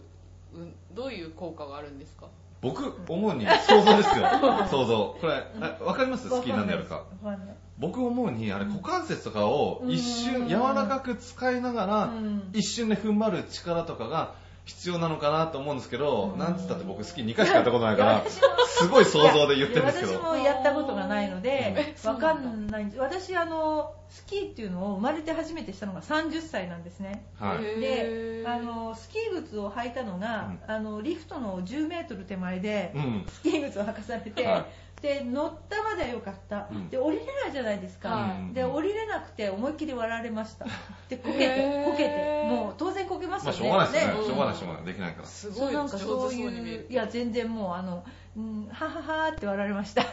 C: うんどういう効果があるんですか
B: 僕思うに想像 ですよ想像これえわかります
A: わ
B: 好
A: か
B: き
A: ん
B: なん
A: な
B: で
A: いで
B: やる
A: す
B: か
A: わかんない
B: 僕思うにあれ股関節とかを一
A: うん
B: 瞬柔らかく使いながら
A: うん
B: 一瞬で踏ん張る力とかが必要なのかなと思うんですけど
A: うん
B: なんつったって僕好き2回しかやったことないから
A: 私も
B: すごい想像で言ってるんですけ
A: いや
B: ど
A: 私もやったことがないので
C: そう
A: わ
C: な
A: か
C: んだ
A: んないんです私あのスキーっていうのを生まれて初めてしたのが30歳なんですね
B: はい
A: で
C: へー
A: あのスキー靴を履いたのが、あのリフトの1 0ル手前で、
B: うん
A: スキー靴を履かされて、
B: は
A: で乗ったまではよかった、
B: うん
A: で降りれないじゃないですか、
C: はい
A: で降りれなくて思いっきり笑われましたでこけて
C: へー
A: こけてもう当然こけます
B: ま
A: よ
B: あ
A: ね,、
B: しょうがないですね
C: ね
B: しょうがないしょうがないできないから
C: す
A: そ
C: ご
A: う
C: い
A: なんか
C: 上手そ
A: そう
C: うに見え
A: い
C: る
A: ういや全然もうあの、うん、はははーって笑われました、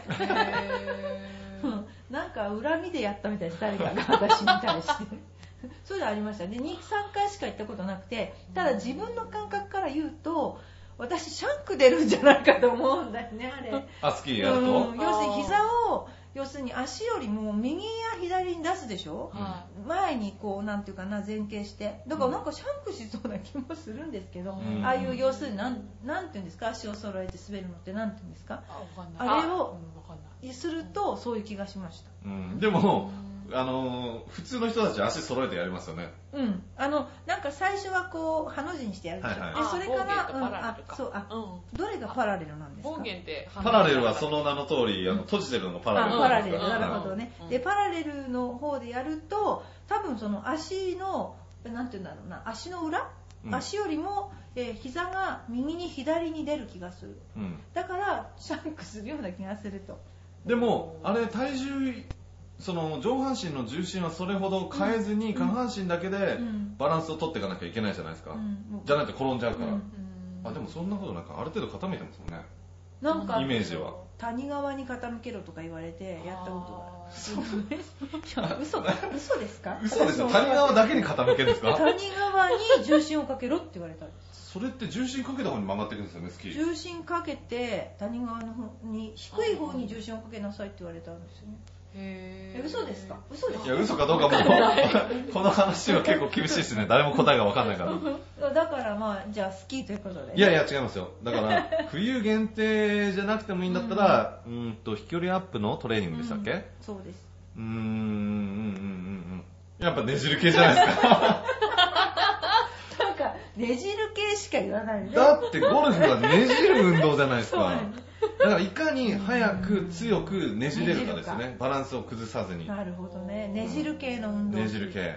A: う
C: へー
A: んなんか恨みでやったみたいです誰か が私に対してそういうのありましたで23回しか行ったことなくてただ自分の感覚から言うと私シャンク出るんじゃないかと思うんだよねあれ
B: あスキーやると
A: うん要するに膝を要するに足よりも右や左に出すでしょ
C: は
A: 前にこうなんていうかな前傾してだからなんかシャンクしそうな気もするんですけど、
B: うん
A: ああいう要するになんなんていうんですか足を揃えて滑るのってなんていうんですか
C: いあわかんない
A: あれを
C: うんわかんない
A: するとそういう気がしました
B: うんでもあのー普通の人たち足揃えてやりますよね
A: うんあのなんか最初はこうハの字にしてやるでしょ、
B: はいはい
A: でそれから
C: あ
A: うん
C: ボーゲンとパラレ
A: あ
C: ルか
A: そうあ
C: う
A: どれがパラレルなんです
C: ん
A: か
C: ボーゲンって
B: パラレルはその名の通りあの閉じてるのがパラレ
A: あ
B: ル
A: パラレ
B: で
A: ル
B: すから
A: なるほどね、
C: うん
A: でパラレルの方でやると多分その足のなんて言うんだろうな足の裏、
B: うん
A: 足よりも、えー膝が右に左に出る気がする
B: うん
A: だからシャンクするような気がすると
B: でも、あれ、体重、その上半身の重心はそれほど変えずに、下半身だけで
A: うん
B: バランスを取っていかなきゃいけないじゃないですか。
A: うん
B: じゃないと転んじゃうか
A: う
B: ら。
A: ん
B: あ、でもそんなことなんか、ある程度傾いてますもんね。
A: なんか
B: イメージは
A: 谷側に傾けろとか言われてやったことがある いや嘘だ嘘ですか
B: 嘘でしょ谷側だけに傾けるんで すか
A: 谷側に重心をかけろって言われたんです
B: それって重心かけた方に曲がっていくんですよね、スキー。
A: 重心かけて谷側の方に低い方に重心をかけなさいって言われたんですよねえ
C: え
A: 嘘ですか嘘です
B: い
A: か
B: や、嘘かどうかも、 この話は結構厳しいですね。誰も答えがわかんないから。
A: だからまあじゃあスキーということで
B: いやいや、違いますよ。だから、冬限定じゃなくてもいいんだったら、うーんと、飛距離アップのトレーニングでしたっけ
A: そうです
B: うーん、うん、うん、うん。うんやっぱねじる系じゃないです か。
A: なんかねじる系しか言わないね
B: だってゴルフはねじる運動じゃないですか。だからいかに早く強くねじれるかです
A: ねじ
B: ね。バランスを崩さずに。
A: なるほどねねじる系の運動
B: ねじる系。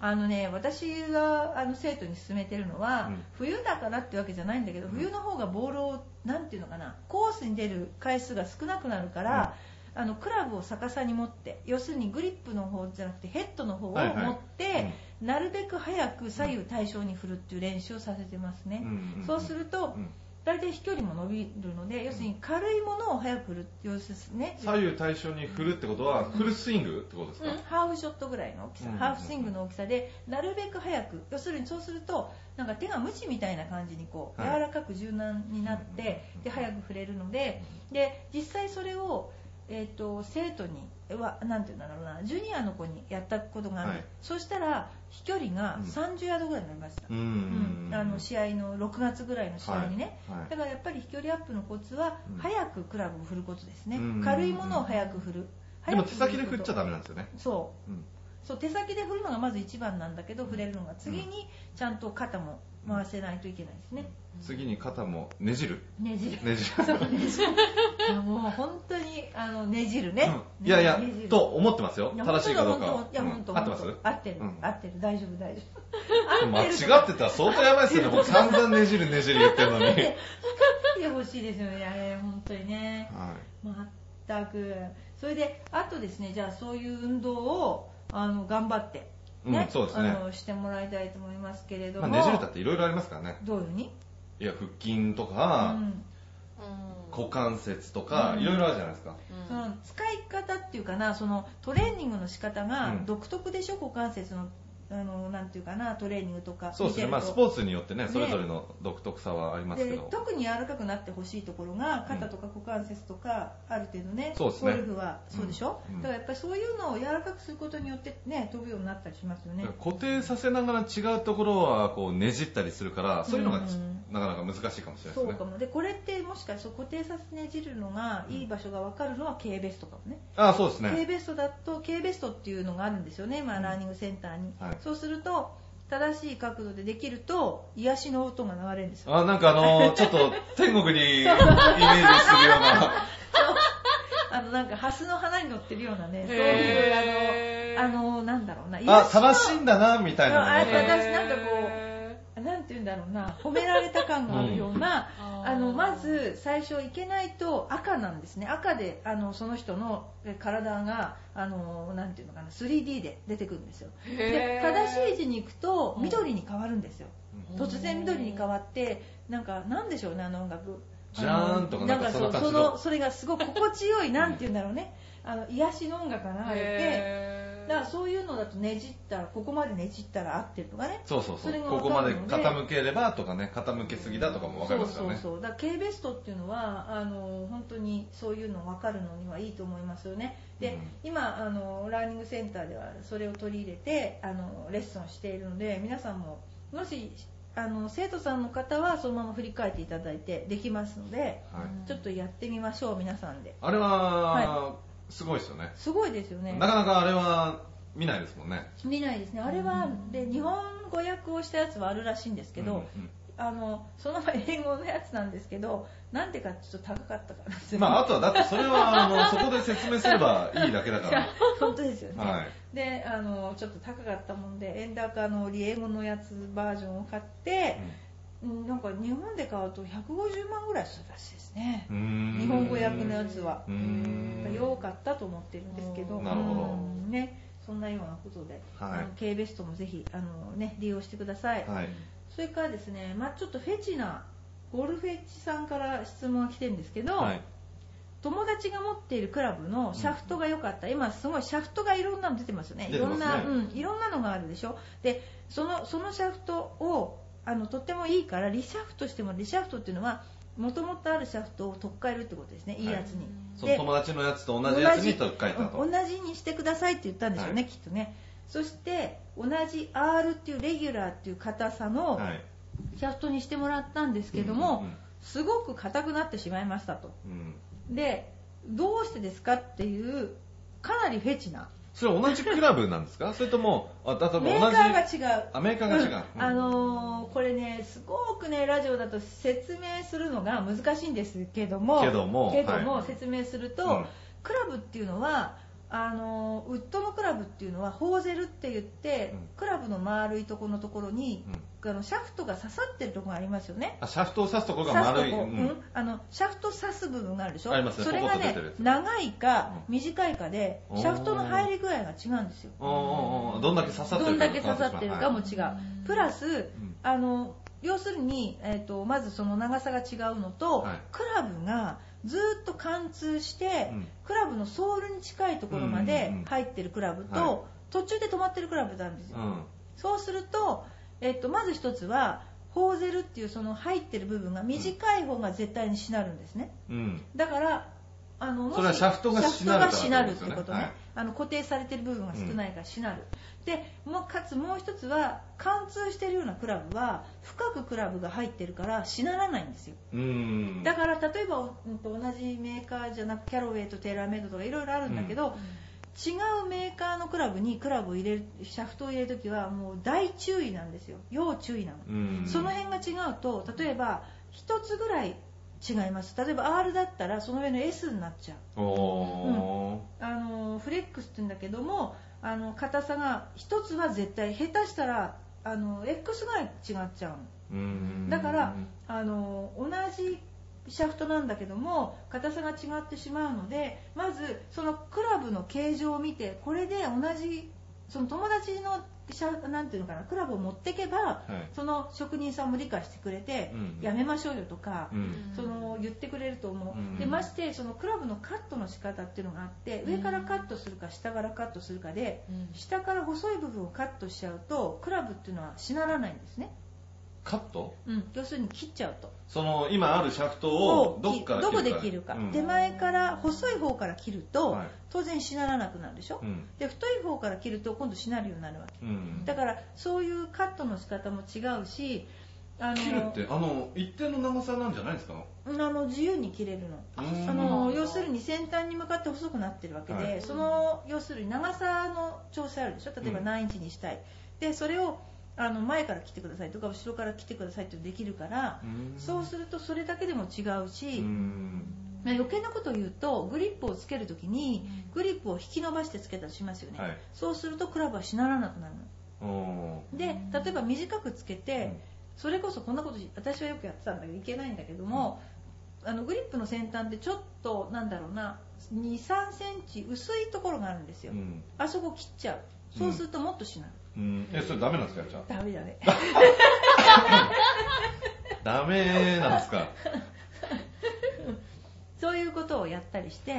A: あのね私があの生徒に勧めてるのは、
B: うん
A: 冬だからってわけじゃないんだけど
B: うん
A: 冬の方がボールをなんていうのかなコースに出る回数が少なくなるから、あのクラブを逆さに持って要するにグリップの方じゃなくてヘッドの方を持
B: はいはい
A: って、なるべく早く左右対称に振るっていう練習をさせてます
B: う
A: ね、
B: ん
A: そうすると、
B: うん
A: 大体飛距離も伸びるので要するに軽いものを早く振るって要するにね、
B: 左右対称に振るってことは、フルスイングってことですか
A: うん、ハーフショットぐらいの大きさ、
B: うん
A: ハーフスイングの大きさでなるべく早く要するにそうするとなんか手が無知みたいな感じにこう
B: はい
A: 柔らかく柔軟になって、
B: うん
A: で早く触れるのでで実際それを、えー、と生徒にはなんていうんだろうなジュニアの子にやったことがある、
B: はい
A: そうしたら飛距離が
B: うん
A: 30ヤードぐらいになりました、う
B: う
A: ん
B: ん。
A: あの試合の6月ぐらいの試合にね、
B: はい
A: だからやっぱり飛距離アップのコツは
B: うん
A: 早くクラブを振ることですね、
B: うん
A: 軽いものを早く振る
B: でも手先で振っちゃ
A: ダ
B: ダメなんですよね。
A: メそう
B: うん
A: そう手先で振るのがまず一番なんだけど触れるのが次にちゃんと肩も回せないといけないですね、
B: 次に肩もねじる。
A: ねじる
B: ねじ
A: そ
B: る。
A: うねじる いやもう本当にあのねじるね、
B: うんいやいや
A: ねじ、る
B: と思ってますよ。
A: いや
B: 正しいかどうか
A: 本
B: は。
A: 当だ
B: うん
A: 本当
B: 合って
A: 本当
B: ます
A: 合ってる、
B: うん
A: 合ってる大丈夫大丈夫
B: 間違
A: 合
B: ってたら相当やばいっすよね。僕散々ねじるねじる言ってる のに。はい。
A: ってるほしいですよねあれ本当にね全くそれであとですねじゃあそういう運動をあの頑張って、ね
B: うん、そうですね
A: あ。のしてもらいたいと思いますけれど
B: まあ、
A: も、
B: ねじれたっていろいろありますからね。
A: どういうふうに、
B: いや、腹筋と
A: う
B: か、
A: ん
B: 股関節とか、
A: うん
B: いろいろあるじゃないですか。
A: その使い方っていうかなそのトレーニングの仕方が
B: うん
A: 独特でしょ、股関節のあのなんていうかなトレーニングとか
B: そうですね。
A: 見てると
B: まあ、スポーツによってね
A: ね、
B: それぞれの独特さはありますけ
A: で
B: ど。
A: 特に柔らかくなってほしいところが肩とか股関節とかある程度ね,、
B: そうですね
A: ゴルフはそうでしょ、
B: うんうん
A: だからやっぱりそういうのを柔らかくすることによってね飛ぶようになったりしますよね
B: 固定させながら違うところはこうねじったりするから、そういうのがち
A: うん
B: なかなか難しいかもしれない
A: そう
B: です
A: か
B: ね。
A: もでこれってもしかして固定させねじるのがいい場所が分かるのは K ベストかもね
B: ああ、そうですね。
A: K ベストだと K ベストっていうのがあるんですよね、まあ、ラーニングセンターに、
B: はい
A: そうすると正しい角度でできると癒しの音が流れるんですよ
B: あ、なんかあのーちょっと天国にイメージするような。
A: あのなんかハスの花に乗ってるようなねそうい
C: へ
A: う
C: ー
A: あのあのなんだろうな
B: あ、
A: の
B: 正しいんだな、みたいなのが
A: あ
B: わかる。
A: 私なんかこうなんて言うんだろうな褒められた感があるような、
C: うん
A: あのまず最初いけないと赤なんですね赤であのその人のえ体があのなんていうのかな 3D で出てくるんですよ
C: う
A: で正しい字に行くと
C: うん
A: 緑に変わるんですよ
C: うん
A: 突然緑に変わってなんかなんでしょうねあの音楽
B: じゃーんとかなんかそん
A: そ
B: な感じの
A: のそれがすごく心地よいなんて言うんだろうねあの癒しの音楽が流れてだからそういうのだとねじったらここまでねじったら合ってるとかね
B: そうそう
A: そ
B: そう。
A: れが
B: こ
A: わ
B: こ
A: か
B: ま
A: る
B: で
A: ので
B: 傾ければとかね、傾けすぎだとかもわかりますからね。
A: そうそうそうだから K ベストっていうのはあの本当にそういうの分かるのにはいいと思いますよねで、
B: うん
A: 今あのラーニングセンターではそれを取り入れてあのレッスンをしているので皆さんももしあの生徒さんの方はそのまま振り返っていただいてできますので
B: はい
A: ちょっとやってみましょう皆さんで
B: あれは、すごいですよね。
A: すごいですよね
B: なかなかあれは見ないですもんね。
A: 見ないですねあれは
C: うん
A: で日本語訳をしたやつはあるらしいんですけど、
B: うん
A: あのその前英語のやつなんですけどなんでかちょっと高かったからですよ
B: うん
A: ね
B: まあ、あとはだってそれは、 あの、そこで説明すればいいだけだから。
A: 本当ですよね、
B: はい。
A: であのちょっと高かったもんで円高の折英語のやつバージョンを買って、うんなんか日本で買うと150万ぐらいするらしいですね
B: うーん
A: 日本語訳のやつは
B: うー
A: やっぱ
B: ん
A: よかったと思ってるんですけど
B: うんなるほど
A: うんねそんなようなことで、
B: はい
A: あの K ベストもぜひあの、ね、利用してください、
B: はい
A: それからですね、まあ、ちょっとフェチなゴルフェチさんから質問が来てるんですけど、
B: はい
A: 友達が持っているクラブのシャフトが良かった、今すごいシャフトがいろんなの出てますよね
B: 出
A: い
B: て
A: ろ
B: ま
A: ん
B: すね
A: な、うん、いろんなのがあるでしょでそのそのシャフトをあのとってもいいからリシャフトしてもリシャフトっていうのはもともとあるシャフトを取っ替えるってことですねいいやつに、
B: その
A: で
B: 友達のやつと同じやつにと書いたと
A: 同じにしてくださいって言ったんでしょうね、
B: は
A: きっとねそして同じ R っていうレギュラーっていう硬さの
B: はい
A: シャフトにしてもらったんですけども、
B: うんうん
A: すごく硬くなってしまいましたと
B: うんうん
A: でどうしてですかっていうかなりフェチな
B: それ同じクラブなんですかそれともあ例えば同じ
A: メーカーが違う
B: あメーカーが違う、
A: うんあのーこれねすごくねラジオだと説明するのが難しいんですけども
B: けども
A: けども
B: はい
A: 説明すると、
B: うん
A: クラブっていうのはあのーウッドのクラブっていうのはホーゼルって言って、
B: うん
A: クラブの丸いところのところに、
B: うん
A: あのシャフトが刺さってるところがありますよね
B: あシャフトを刺すところが
A: 刺すと
B: 丸い、
A: こ、
B: う
A: うんん、あのシャフト刺す部分があるでしょ
B: ありますね
A: それが
B: ポコッと出
A: ね
B: てるやつ
A: 長いか
B: う
A: 短いかで、
B: おー
A: シャフトの入り具合が違うんですよ
B: おーおーおーどんだけ刺さってるか
A: どんだけ刺さってるかも
B: はい
A: 違う、プラス
B: うん
A: あの要するに、えー、とまずその長さが違うのと、
B: はい
A: クラブがずーっと貫通して、
B: うん
A: クラブのソールに近いところま
B: うん
A: で
B: うんうん
A: 入ってるクラブと、
B: はい
A: 途中で止まってるクラブなんですよ、
B: うん
A: そうすると,、えっとまず一つはホーゼルっていうその入ってる部分が短い方が絶対にしなるんですね
B: うん
A: だからあのもし
B: それはシャフトがしなるから
A: シャフトがしなるってことね、
B: はい
A: あの固定されてる部分が少ないからしなる、でもうかつもう一つは貫通してるようなクラブは深くクラブが入ってるからしならないんですよ
B: うん
A: だから例えば、うん、と同じメーカーじゃなくキャロウェイとテーラーメイドとかいろいろあるんだけど、違うメーカーのクラブにクラブを入れるシャフトを入れるときはもう大注意なんですよ要注意なの、
B: うん
A: その辺が違うと例えば1つぐらい違います例えば R だったらその上の S になっちゃう
B: お
A: あのフレックスって言うんだけどもあの硬さが1つは絶対下手したらあの X ぐらい違っちゃうの
B: ーうん
A: だからあの同じシャフトなんだけども硬さが違ってしまうのでまずそのクラブの形状を見てこれで同じその友達のシャなんていうのかなクラブを持ってけば、
B: はい
A: その職人さんも理解してくれて、
B: うん
A: やめましょうよとか、
B: うん
A: その言ってくれると思う、
B: うん
A: でましてそのクラブのカットの仕方っていうのがあって上からカットするか下からカットするかで下から細い部分をカットしちゃうとクラブっていうのはしならないんですね、
B: カット
A: うん、要するに切っちゃうと。
B: その今あるシャフトをどっから
A: どこで切るか、
B: うん
A: 手前から細い方から切ると、
B: はい
A: 当然しならなくなるでしょ、
B: うん
A: で太い方から切ると今度しなるようになるわけ
B: うん
A: だからそういうカットの仕方も違うしあの
B: 切るってあの一定の長さなんじゃないですか
A: あの自由に切れるの
B: あ
A: あの要するに先端に向かって細くなってるわけで、
B: はい
A: その要するに長さの調整あるでしょ例えば
B: うん
A: 何インチにしたい、でそれをあの前から切ってくださいとか後ろから切ってくださいってできるから、そうするとそれだけでも違うし、
B: うん
A: まあ余計なことを言うとグリップをつけるときにグリップを引き伸ばしてつけたりしますよね、
B: はい
A: そうするとクラブはしならなくなるの
B: お
A: で例えば短くつけて、
B: うん
A: それこそこんなこと私はよくやってたんだけどいけないんだけども、あのグリップの先端ってちょっとなんだろうな2 3センチ薄いところがあるんです
B: ー
A: よ、
B: うん
A: あそこ切っちゃうそうするともっとしなる、
B: うんえそれダメなんですかじゃあ
A: ダメだね
B: ダメなんですか
A: そういうことをやったりして、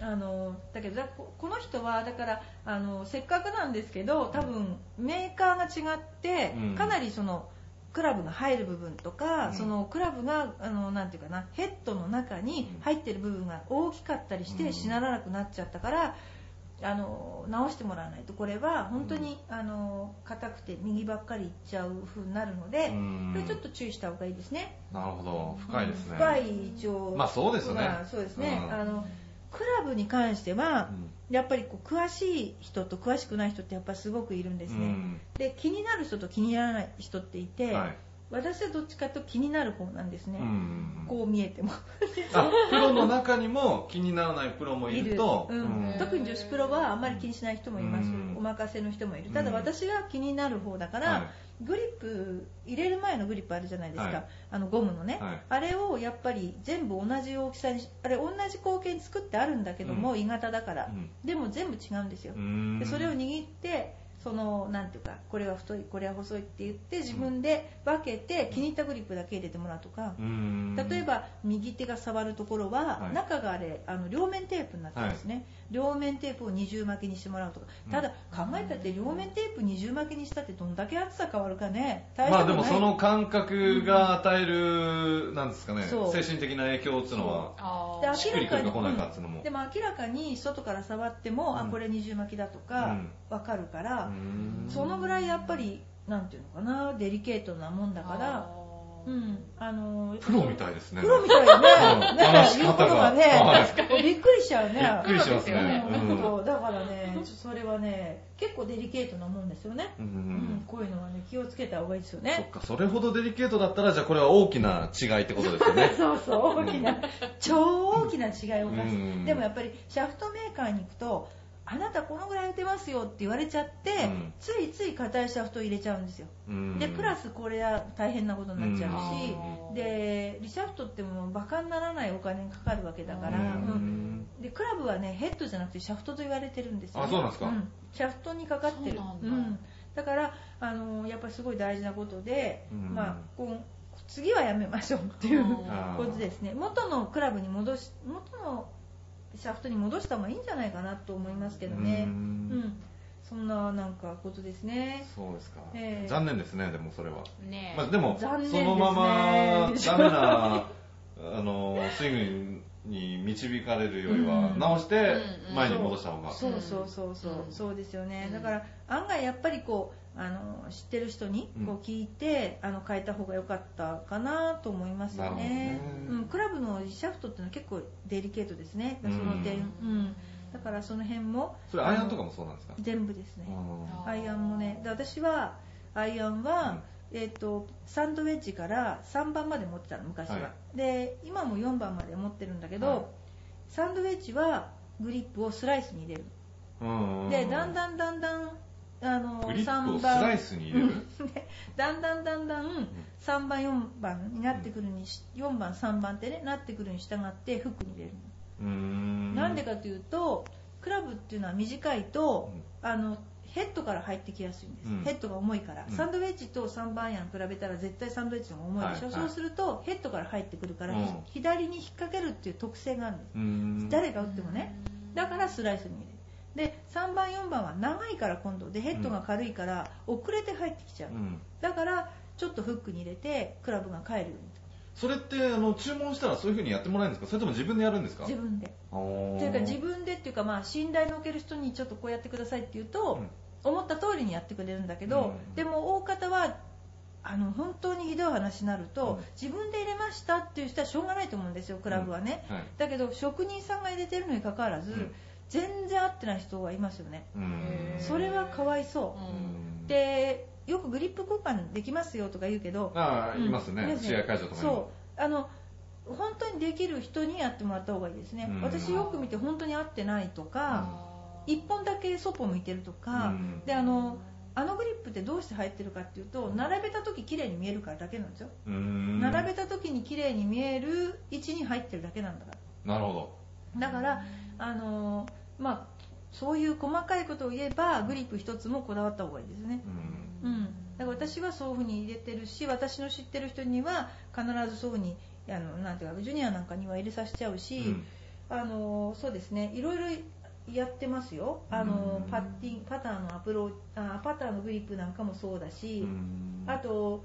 B: うん
A: あのだけどだここの人はだからあのせっかくなんですけど多分メーカーが違って、
B: うん
A: かなりそのクラブが入る部分とか、
B: うん
A: そのクラブがあのなんていうかなヘッドの中に入ってる部分が大きかったりして、
B: うん
A: しならなくなっちゃったから。あの直してもらわないとこれは本当に、あの硬くて右ばっかりいっちゃう風になるので、
B: うん
A: これちょっと注意した方がいいですね。
B: なるほど深いですね
A: 深い一応
B: まあそうですね
A: まあそうですね
B: うん
A: あのクラブに関しては
B: うん
A: やっぱりこう詳しい人と詳しくない人ってやっぱりすごくいるんですね、
B: うん
A: で気になる人と気にならない人っていて、
B: はい
A: 私はどっちかというと気になる方なんですね、
B: うん
A: こう見えても
B: あプロの中にも気にならないプロもいると、
A: うん
C: うん
A: 特に女子プロはあんまり気にしない人もいます、
B: うん
A: お任せの人もいる
B: うん
A: ただ私は気になる方だから、
B: は
A: グリップ入れる前のグリップあるじゃないですか、
B: はい
A: あのゴムのね、
B: はい
A: あれをやっぱり全部同じ大きさにしあれ同じ口径に作ってあるんだけども、
B: う
A: 鋳型だから
B: い、うん
A: でも全部違うんですよ、
B: うん
A: でそれを握ってそのなんていうかこれは太いこれは細いって言って自分で分けて気に入ったグリップだけ入れてもらうとか、
B: うん
A: 例えば右手が触るところは、
B: はい
A: 中があれあの両面テープになってますね、両面テープを二重巻きにしてもらうとか
B: うん
A: ただ考えたって両面テープ二重巻きにしたってどんだけ厚さ変わるかね大
B: ま
A: した
B: あ
A: こと
B: で
A: ない
B: もその感覚が与える、なんですかね
A: そう
B: 精神的な影響っていうのは
C: あ
A: で
C: ー
B: しっくりくるか来ないかっていうのも、
A: でも明らかに外から触っても、あ
B: うん
A: これ二重巻きだとかわかるから、
B: うん
A: そのぐらいやっぱりなんていうのかなデリケートなもんだから、
C: あー
A: うん、あの
B: プロみたいですね
A: プロみたいよね。
B: うん
A: ね
B: 話し
A: 言うこ
B: 方
A: とが
B: が
A: ね、
B: はい
A: びっくりしちゃう
B: びっ
A: ね
B: く。りしますね
C: びっくり
B: うん
A: そうだからね、ちょっとそれはね、結構デリケートなもんですよね。
B: うん
A: うん、こういうのはね、気をつけた方がいいですよ
B: そ
A: ね
B: っ。かそれほどデリケートだったらじゃあこれは大きな違いってことですよね
A: そうそう、大きな、超大きな違いを犯
B: う
A: す。
B: ん
A: でもやっぱり、シャフトメーカーに行くと、あなたこのぐらい打てますよって言われちゃって、
B: うん
A: ついつい硬いシャフトを入れちゃうんですよ。
B: うん
A: で、プラスこれは大変なことになっちゃ
B: あ
A: うし、
B: ー
A: でリシャフトってもうバカにならないお金かかるわけだから、
B: う
A: うん
B: ん
A: でクラブはねヘッドじゃなくてシャフトと言われてるんですよ、
B: あそうなんですか
A: シャフトにかかってる
C: そうなんだ
A: んだから、あのーやっぱりすごい大事なことで、
B: うん
A: まあ、こう次はやめましょうっていう
C: うん
B: あー
A: ことですね元のクラブに戻し元のシャフトに戻した方がいいんじゃないかなと思いますけどね
B: う
A: うん、
B: ん
A: そんななんかことですね
B: そうですか、
A: ええ
B: 残念ですねでもそれは、
C: ねえ
B: まあ、でも
A: 残念ですね
B: そのままダメなあのスイングに導かれるよりは、
A: うん
B: 直して
C: うん
B: 前に戻した方が、
A: そうそうそうそう、
C: うん
A: そうですよね、
C: うん
A: だから案外やっぱりこうあの知ってる人に
B: うん
A: こう聞いて、あの変えた方が良かったかなと思いますよね
B: なるほど
A: う
B: ね
A: ん、クラブのシャフトっていうのは結構デリケートですねそ
B: うん
A: の点、うんだからその辺も
B: それアイアンとかもそうなんですか、
A: 全部ですね、
B: うん
A: アイアンもねで私はアイアンは、えー、とサンドウェッジから3番まで持ってたの昔は、
B: は
A: で今も4番まで持ってるんだけど、
B: はい
A: サンドウェッジはグリップをスライスに入れる
B: うん
A: でだんだんだんだんあの
B: グリップ
A: 3
B: をスラ
A: 番
B: イスに入れる、
A: だんだんだんだん3番4番になってくるにし4番3番ってねなってくるに従ってフックに入れる
B: うん
A: なんでかというとクラブっていうのは短いとあのヘッドから入ってきやすいんです、
B: うん
A: ヘッドが重いから、
B: うん
A: サンドウェッジと3番アイアン比べたら絶対サンドウェッジの方が重いでしょ、
B: はいはい
A: そうするとヘッドから入ってくるから、
B: うん
A: 左に引っ掛けるっていう特性があるんです、
B: うん
A: 誰が打ってもね、だからスライスに入れるで3番4番は長いから今度でヘッドが軽いから遅れて入ってきちゃう、
B: うん
A: だからちょっとフックに入れてクラブが返るように
B: それってあの注文したらそういうふうにやってもらえるんですかそれとも自分でやるんですか
A: 自分で
B: 分
A: というか自分でっていうかまあ信頼のおける人にちょっとこうやってくださいって言うと、思った通りにやってくれるんだけど、
B: うん
A: でも大方はあの本当にひどい話になると、
B: うん
A: 自分で入れましたっていう人はしょうがないと思うんですよクラブはね、
B: はい
A: だけど職人さんが入れてるのにかかわらず、
B: うん
A: 全然合ってない人がいますよね
B: うん
A: それはかわいそうう、
B: うん
A: でよくグリップ交換できますよとか言うけど
B: ああいます
A: うんい
B: ね
A: ますね
B: 試合会場とかにも
A: そうあの本当にできる人にやってもらった方がいいですね、
B: うん
A: 私よく見て本当に合ってないとか、
C: あー
A: 一1本だけ外向いてるとか、
B: うん
A: であのあのグリップってどうして入ってるかっていうと並べた時綺麗に見えるからだけなんですよ、
B: うん
A: 並べた時に綺麗に見える位置に入ってるだけなんだから
B: なるほど
A: だから、あのまあ、そういう細かいことを言えばグリップ一つもこだわった方がいいですね、
B: うん
A: うん、だから私はそういうふうに入れてるし私の知ってる人には必ずそういうふうにあのなんていうかジュニアなんかには入れさせちゃうし、あのそうですねいろいろやってますよあの
B: うん
A: パッティンパターのアプローあパターのグリップなんかもそうだ
B: う
A: し、
B: ん
A: あと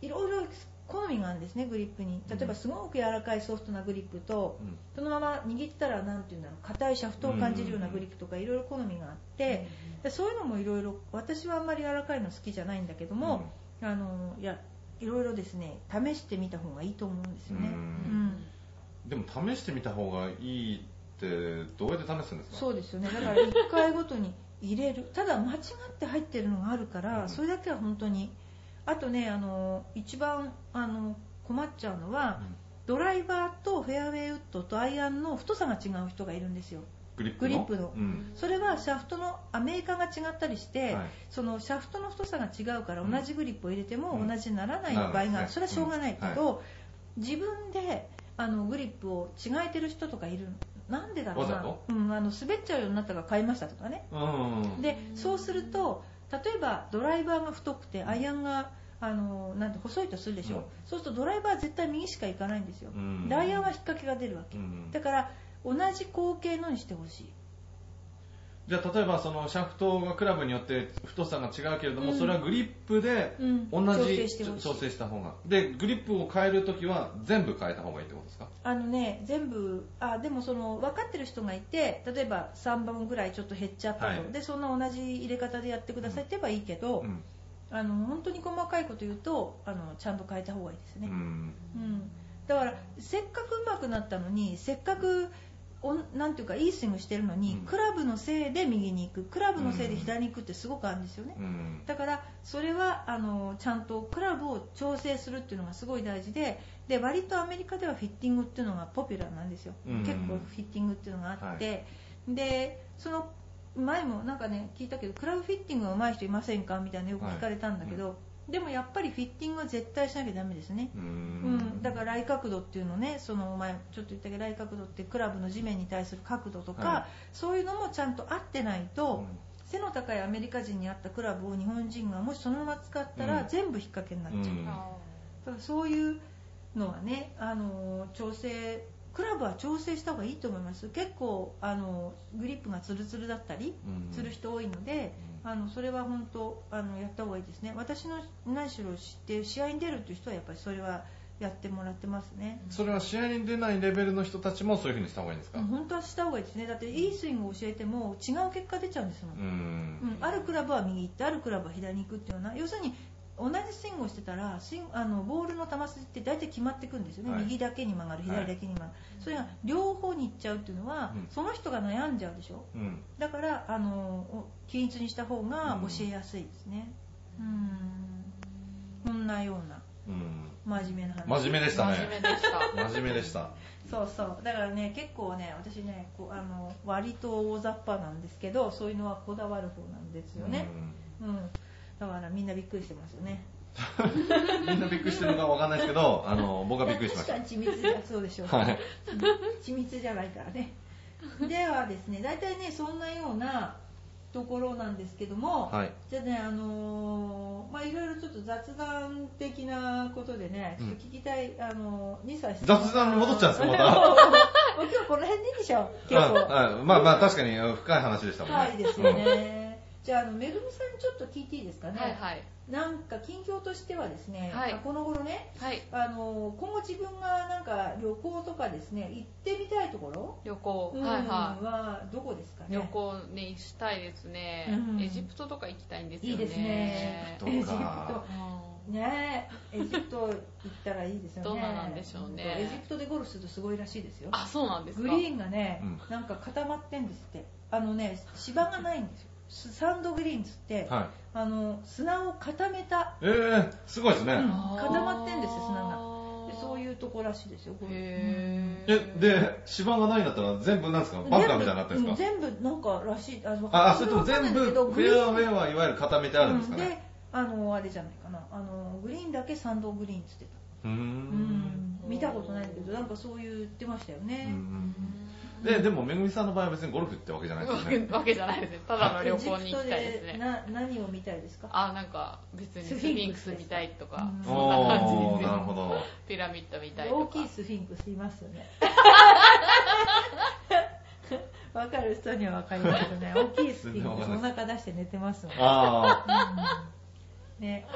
A: いろいろ好みがあるんですねグリップに例えばすごく柔らかいソフトなグリップと、
B: うん
A: そのまま握ったらなんていうんだろう硬いシャフトを感じるようなグリップとかいろいろ好みがあって、でそういうのもいろいろ私はあんまり柔らかいの好きじゃないんだけども、あのいやいろいろですね試してみた方がいいと思うんですよね、
B: う
C: うん
A: ん
B: でも試してみた方がいいってどうやって試すんですか
A: そうですよねだから1回ごとに入れるただ間違って入ってるのがあるからそれだけは本当にあとねあの一番あの困っちゃうのは、
B: うん
A: ドライバーとフェアウェイウッドとアイアンの太さが違う人がいるんですよ
B: グリップの
A: グリップの
B: うん
A: それはシャフトのあメーカーが違ったりして、
B: はい
A: そのシャフトの太さが違うから
B: うん
A: 同じグリップを入れても
B: うん
A: 同じにならない
B: な
A: 場
B: らな
A: 合
B: い
A: があ
B: はい
A: るそれはしょうがないけど自分であのグリップを違えてる人とかいるなんでだろう
B: わざ
A: な
B: と、
A: うん、あの滑っちゃうようになったから買いましたとかね
B: うんうん
A: でそうすると例えばドライバーが太くてアイアンがあのなんて細いとするでしょ、
B: うん
A: そうするとドライバーは絶対右しか行かないんですよ、
B: うん
A: でアイアンは引っ掛けが出るわけ、
B: うん
A: だから同じ後傾のにしてほしい
B: じゃあ例えばそのシャフトがクラブによって太さが違うけれども、それはグリップで
A: うん
B: 同
A: 調
B: じ
A: 整してほしい
B: 調整した方がでグリップを変えるときは全部変えた方がいいってことですか
A: あのね全部あでもその分かってる人がいて例えば3本ぐらいちょっと減っちゃったと、
B: はい
A: でそんな同じ入れ方でやってくださいって言えばいいけど、
B: うん、
A: あの本当に細かいこと言うとあのちゃんと変えた方がいいです
B: う
A: ね、
B: ん、
A: うんだからせっかく上手くなったのにせっかくおんなんていうかいいスイングしてるのに、
B: うん
A: クラブのせいで右に行くクラブのせいで左に行くってすごくあるんですよね、
B: うん
A: だからそれはあのちゃんとクラブを調整するっていうのがすごい大事でで割とアメリカではフィッティングっていうのがポピュラーなんですよ、
B: うん
A: 結構フィッティングっていうのがあって、でその前もなんかね聞いたけどクラブフィッティングが上手い人いませんかみたいなよく聞かれたんだけど、でもやっぱりフィッティングは絶対しなきゃダメですね、
B: う
A: うん、
B: ん
A: だから来角度っていうのねその前ちょっと言ったけど来角度ってクラブの地面に対する角度とか、
B: はい
A: そういうのもちゃんと合ってないうと、
B: ん
A: 背の高いアメリカ人に合ったクラブを日本人がもしそのまま使った
B: う
A: ら
B: ん
A: 全部引っ掛けになっちゃう、
B: うん
C: あ
A: だからそういうのはね、あのー調整クラブは調整した方がいいと思います結構、あのーグリップがツルツルだったり
B: うん
A: する人多いので、あのそれは本当あのやった方がいいですね私の何しろ知って試合に出るという人はやっぱりそれはやってもらってますね、
B: それは試合に出ないレベルの人たちもそういうふうにした方がいいんですか、
A: 本当はした方がいいですねだっていいスイングを教えても違う結果出ちゃうんですもん
B: うん
A: うん、あるクラブは右行ってあるクラブは左に行くっていうような要するに同じスイングをしてたらスイングあのボールの球筋って大体決まってくんですよね、
B: はい
A: 右だけに曲がる
B: はい
A: 左だけに曲がる、それが両方に行っちゃうっていうのは、
B: うん
A: その人が悩んじゃうでしょ
B: うん
A: だからあのお均一にした方が
B: うん
A: 教えやすいですねうんこんなような
B: うん
A: 真面目な話
B: 真面目でした
C: ー
B: ね
C: 真面目でした。
B: 真面目でした
A: そうそうだからね結構ね私ねこうあの割と大雑把なんですけどそういうのはこだわる方なんですよね、うん、だからみんなびっくりしてますよね。
B: うんみんなびっくりしてるのかわかんないですけどあの僕はびっくりしまし
A: い
B: た
A: や確かに緻密じゃそうでしょう、
B: はい
A: 緻密じゃないからね。ではですね、大体ねそんなようなところなんですけども、
B: はい
A: じゃあねあのーまあいろいろちょっと雑談的なことでね、ちょっと聞きたい、あのー2歳
B: 雑談に戻っちゃうんですかま
A: もう
B: た
A: 今日この辺でいいでしょ。結構。
B: うんうんまあまあ確かに深い話でしたもんね
A: はいですよね。じゃああのめぐみさんちょっと聞いていいですかね。
C: はいはい。
A: なんか近況としてはですね、
C: はい
A: あこの頃ね。
C: はい。
A: あの今後自分がなんか旅行とかですね行ってみたいところ
C: 旅行。
A: うん
C: はいはい。
A: はどこですかね
C: 旅行ねしたいですね、
A: うん
C: エジプトとか行きたいんです
A: い
C: よ
A: い
C: ね
A: ですね
B: ど
A: エジ
B: う
A: プト
B: か
C: うん
A: ねえエジプト行ったらいいですよね
C: どうなんでしょうね
A: エジプトでゴルフするとすごいらしいですよ
C: あそうなんです
A: グ
C: か
A: リーンがね、
B: うん
A: なんか固まってんですってあのね芝がないんですよスサンドグリーンっつって、
B: はい
A: あの砂を固めた
B: えー、すごいですね、
A: うん
C: あー
A: 固まってんですよ砂でそういうとこらしいですよゴルフ
C: へ
B: え
C: ー、
B: で芝がないんだったら全部なんですか
A: うん
B: バンカーみたいになってるんですか
A: 全部うん全部なんからしいあの
B: あ、それとも
A: わか
B: 全
A: んない
B: 部
A: んだけど
B: フ
A: グリーン
B: ェアウェイはいわゆる固めてあるんですか
A: うん
B: ね
A: であのあれじゃないかなあのグリーンだけ参道グリーンっつってた、
B: うー
A: うんん、見たことないんだけどなんかそう言ってましたよ
B: う
A: ね、
B: んででもめぐみさんの場合は別にゴルフってわけじゃないですよね
C: わけじゃないですねただの旅行に行きたい
A: エジ
C: で
A: プ
C: す
A: トで
C: ね
A: な何を見たいですか
C: あなんか別にスフィンクス見たいとか
A: スフィンクスですか
B: お
C: そんな感じで
B: ー
C: す
B: なる
C: ね
B: ほど
C: ピラミッド見たいと
A: 大き
C: か
A: いスフィンクスいます よねわかる人にはわかりますよね大きいスフィンクスお腹出して寝てますもんね
B: ああ
A: ね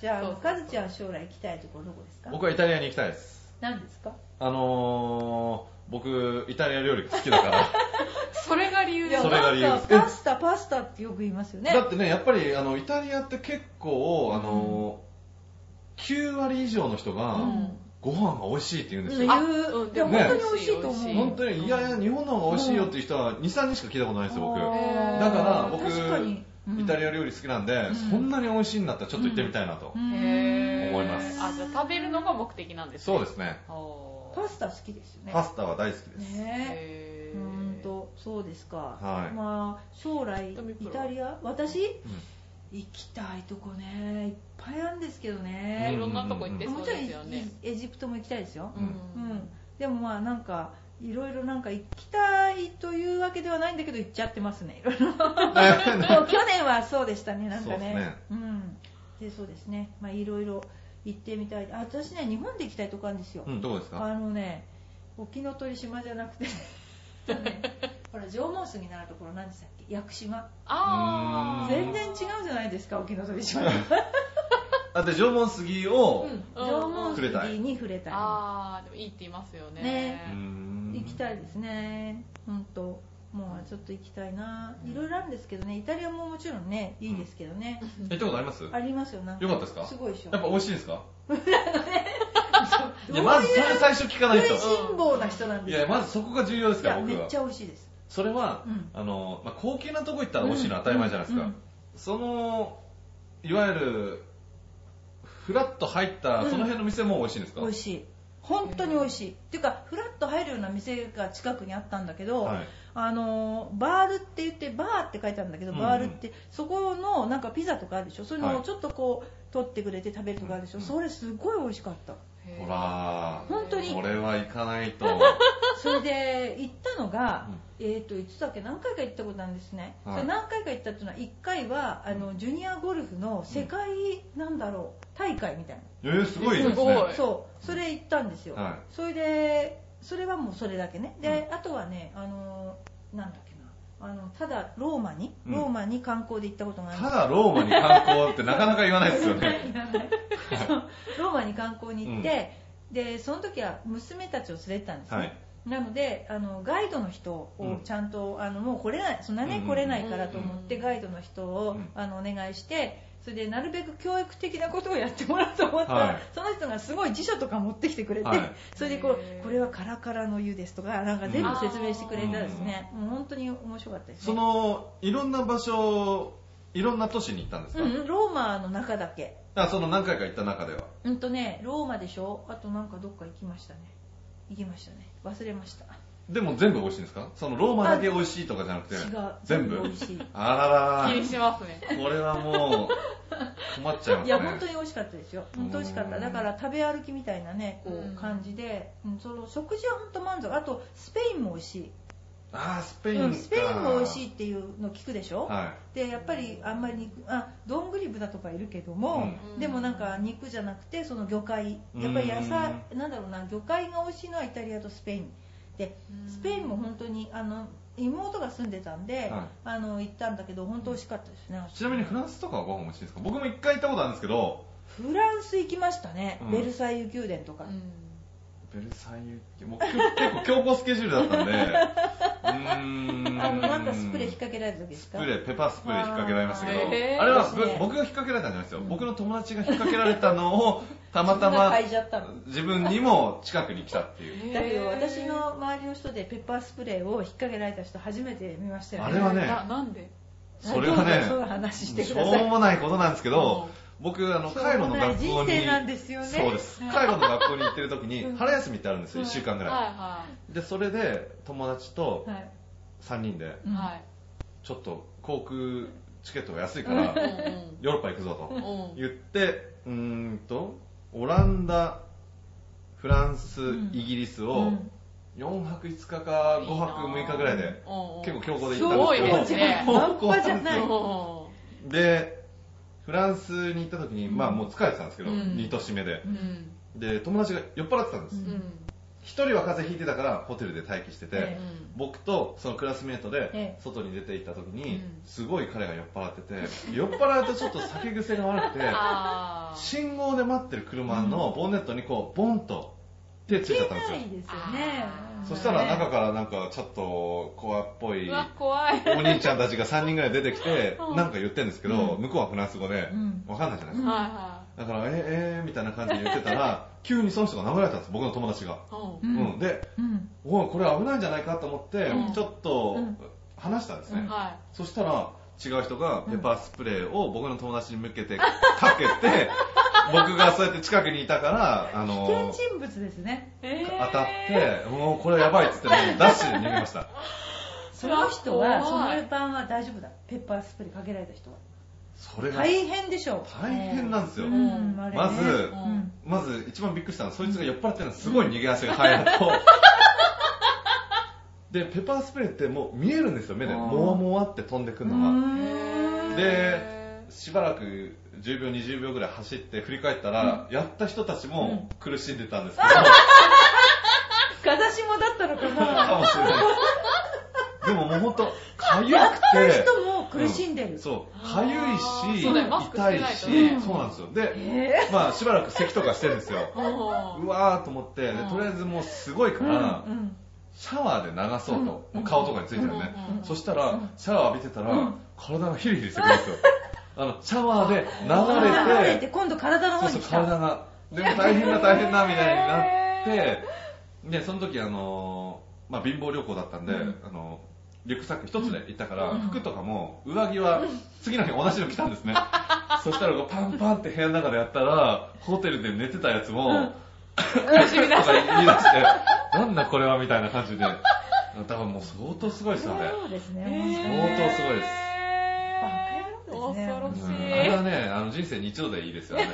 A: じゃ
C: そ
A: あ
C: う
A: カズちゃんは将来行きたいところどこですか
B: 僕はイタリアに行きたいです
A: 何ですか
B: あのー、僕イタリア料理好きだから
C: それが理由
A: い
C: で
A: や
B: それが理由
A: なんかパスタパスタってよく言います よね
B: だってね、やっぱりあのイタリアって結構、あの9割以上の人が、
C: うん
B: ご飯が美味しいって言うんですよ。
A: あ
C: うんでも
B: ね
C: 本当に美味しいと思う、
A: うん
B: 本当に、いやいや、日本の方が美味しいよっていう人は2、3人しか聞いたことないですよ、僕。だから僕
A: 確かに、うん
B: イタリア料理好きなんで、
A: ん
B: そんなに美味しいんだったらちょっと行ってみたいなと、
C: へー
B: 思います
C: あじゃあ食べるのが目的なんですね
B: そうですね
C: おー
A: パスタ好きですよね
B: パスタは大好きです、
A: ね
C: へ
A: え
C: ー
A: うんとそうですか、
B: はい
A: まあ将来イ
C: トミプロ
A: タリア私行きたいとこねいっぱいあるんですけど
C: い
A: ね、
C: ろんなとこ行って
B: うん
C: そ
A: も
C: う
A: ちろん
C: で
A: い
C: すよね
A: いエジプトも行きたいですよ、
B: うん
A: うん、でもまあなんかいろいろなんか行きたいというわけではないんだけど行っちゃってますねいろいろもう 去年はそうでしたねなんかね
B: そうですね
A: うんでそうですねまあいろいろ行ってみたいあ私ね日本で行きたいとこあるんですよ、
B: うん、どうですか
A: あのね沖ノ鳥島じゃなくて ほら縄文杉になるところ何でしたっけ屋久島
C: あー
A: 全然違うじゃないですか沖ノ鳥島
B: だって縄文杉
A: う
B: を、
A: ん縄文
B: 触れたい
A: 杉に触れたい
C: あーでもいいって言いますよね
A: ね
B: うーん
A: 行きたいですね本当もうちょっと行きたいな
B: うん
A: いろいろあるんですけどねイタリアももちろんねいいですけどね、
B: 行ったことありますよ
A: ありますよなんか
B: かったですか
A: すごいでしょ
B: やっぱ美味しいですかいや
A: どう
B: まずそれ最初聞かない
A: 食い
B: と
A: しん坊な人なん
B: い
A: です
B: やまずそこが重要です
A: い
B: から
A: や
B: 僕
A: めっ
B: は
A: ちゃ美味しいです
B: それは、
A: うん
B: あのまあ、高級なとこ行ったら美味しいのは当たり前じゃないですか、
A: うんうん
B: そのいわゆるフラッと入ったその辺の店も美味しいんですか、
A: 美味しい本当に美味しい、っていうかフラッと入るような店が近くにあったんだけど、
B: はい
A: あのーバールって言ってバーって書いてあるんだけど、
B: うんうん
A: バールってそこのなんかピザとかあるでしょそういうの
B: は
A: を
B: い
A: ちょっとこう取ってくれて食べるとかあるでしょ、
B: うんうん
A: それすごい美味しか った
C: へー
B: ほら
A: 本当に
B: これは行かない と
A: それで行ったのが、えっ、といつだっけ何回か行ったことなんですね、
B: はい
A: それ何回か行ったっていうのは1回はあのジュニアゴルフの世界、なんだろう大会みたいな、
B: えー、すごいですね
C: すごいはい
A: そうそれ行ったんですよ、
B: は
A: それでそれはもうそれだけねで、あとはねあのなんだっけなあのただローマに
B: うん
A: ローマに観光で行ったことがある、
B: ただローマに観光ってなかなか言わないですよね
A: ローマに観光に行って、でその時は娘たちを連れてたんですね、
B: はい
A: なのであのガイドの人をちゃんと、あのもう来れないそんな
B: うん
A: ね
B: うん
A: 来れないからと思って
C: うん
A: ガイドの人を、
B: うん
A: あのお願いしてそれでなるべく教育的なことをやってもらおうと思ったら、
B: はい
A: その人がすごい辞書とか持ってきてくれて、
B: はい
A: それでこ
C: へー
A: うこれはカラカラの湯ですとかなんか全部説明してくれたんですね、もう本当に面白かったですね
B: そのいろんな場所いろんな都市に行ったんですか、
A: うん、ローマの中だけ
B: あその何回か行った中では
A: うんとねローマでしょあとなんかどっか行きましたね行きましたね忘れました
B: でも全部美味しいんですかそのローマだけ美味しいとかじゃなくて
A: 違う
B: 全部
A: 美味しい
B: あららら
C: 気にしますね
B: これはもう困っちゃいますね
A: いや本当に美味しかったですよ本当美味しかっ
B: う
A: た
B: ん
A: だから食べ歩きみたいなねこ
C: うん
A: う感じで、うんその食事は本当満足あとスペインも美味しい
B: ああスペインか、
A: うんスペインも美味しいっていうの聞くでしょ、
B: は
A: でやっぱりあんまり肉あどんぐり豚とかいるけども、
C: うん
A: でもなんか肉じゃなくてその魚介やっぱり野菜なんだろうな魚介が美味しいのはイタリアとスペインでスペインも本当にあの妹が住んでたんで、
B: はい
A: あの行ったんだけど本当美味しかったですね
B: いちなみにフランスとかはご飯美味しいですか僕も一回行ったことあるんですけど
A: フランス行きましたね、
B: うん
A: ベルサイユ宮殿とか、
B: ベルサイユ宮もう結構強行スケジュールだったんでうーん
A: あのなんかスプレー引っ掛けられた時です
B: ス
A: か
B: プレーペパースプレー引っ掛けられましたけど
C: あ
B: あ,、
C: ーへー
B: れは
A: そうですね
B: 僕が引っ掛けられたんじゃないですよ、僕の友達が引っ掛けられたのをたま
A: 自
B: た
A: 分が
B: ま
A: 嗅いじゃったの
B: 自分にも近くに来たっていう
A: だけど私の周りの人でペッパースプレーを引っ掛けられた人初めて見ましたよね
B: あれはね
C: ななんで
B: それは
A: ど
B: ね
A: うぞそういう話して
B: し
A: く
B: ょ
A: ださ
B: う
A: い
B: もないことなんですけど、僕あの
A: しょうも
B: カイロの
A: ない
B: 学校に
A: 人生なんですよね
B: そうですカイロの学校に行ってる時に春休みってあるんですよ、
A: うん
B: 1週間ぐらい、
C: は
B: でそれで友達と
A: はい
B: 3人で
C: いはいはい
B: ちょっと航空チケットが安いから
C: うん
B: ヨーロッパ行くぞと
C: うんうん
B: 言ってうーんとオランダフランス、
A: うん
B: イギリス
A: う
B: を
A: ん
B: 4泊5日か5泊6日ぐらいで
C: うんうん
B: 結構強行で
C: い
B: 行
C: な
B: ったんです
C: すご
B: けど
C: いね
B: 本当
A: 半端じゃな
B: です
A: い
B: よ
C: う
B: でフランスに行った時に、まあもう疲れてたんですけど、
C: うん
B: 2年目で
A: うん
C: んうん
B: で友達が酔っ払ってたんです、
A: うん
C: うん
B: 一人は風邪ひいてたからホテルで待機してて、
A: え
B: 僕とそのクラスメート
A: え
B: で外に出て行った時に、
C: うん
B: すごい彼が酔っ払ってて酔っ払うとちょっと酒癖が悪く て
C: あー
B: 信号で待ってる車のボンネットにこうボンと手ついちゃったんです
A: な
B: よ
A: いですよね
C: あー
B: そしたら中からなんかちょっとコアっぽいう
C: わ怖い
B: お兄ちゃんたちが3人ぐらい出てきて
C: うん
B: なんか言ってるんですけど、
A: うん
B: 向こうはフランス語で、
A: うん
B: わかんないじゃないですか、
C: は
B: だから、えー、えー、みたいな感じで言って たら、急にその人が殴られたんです、僕の友達が。
C: いはい
B: うんん、で、
A: うん
B: おい、これ危ないんじゃないかと思って、
C: うん
B: ちょっと
A: うん
B: 話したんですね。
C: いは
B: そしたら、違う人がペッパースプレーを僕の友達に向けてかけて、僕がそうやって近くにいたから、あ
A: 危
B: の
A: 険、人物ですね
C: え
B: 当たって、もうこれやばいっつって、もうダッシュで逃げました。
A: その人はその
C: 怖い
A: ペッパーは大丈夫だペッパースプレーかけられた人は
B: それが
A: 大変でしょう
B: 大変なんですよ。
A: うんあれね
B: まず
A: うん
B: まず一番びっくりしたのは、そいつが酔っ払ってるのすごい逃げ足が速いのと。で、ペッパースプレーってもう見えるんですよ、目で。
D: あー
B: もわもわって飛んでく
A: う
B: るのが。
A: ん
B: でしばらく10秒、20秒ぐらい走って振り返ったら、やった人たちも苦しんでたんですけど、
A: 風下だったのか
B: か
A: な
B: もしれない です。でももうほんと、かゆ
A: やっ
B: く
A: た
B: て、
A: 人も苦しんでる、
B: そう、かゆいし、
C: そうだよマスクして
B: 痛
C: ない
B: い
C: とね
B: し、そうなんですよ。で、
A: え
B: まあしばらく咳とかしてるんですよ。うわーと思って、で
C: うん
B: とりあえずもうすごい
A: ー
B: から、
A: うんうん
B: シャワーで流そうと、もう顔とかについてるね、
C: うんうん
B: そしたらシャワー浴びてたら、
A: うん
B: 体がヒリヒリしてくるんですよあのシャワーで
A: 流
B: 流れ
A: れ
B: て
A: て今度体の
B: そ
A: 方
B: うそ
A: に来
B: う体
A: た
B: がでも大変だ大変だみたいになってでその時あのーまあ、貧乏旅行だったんで、あのリュックサック一つで行ったから、服とかも上着は次の日同じの着たんですねそしたらこうパンパンって部屋の中でやったらホテルで寝てたやつも、
C: 苦
B: とか言い出して、 なんだこれはみたいな感じで、多分もう相当すごいですよね。
A: そうですね、
B: 相当すごいです
A: バカ野郎ですね
C: 恐ろし
B: う
C: い
B: ん、あれはね、あの人生に一度でいいですよね。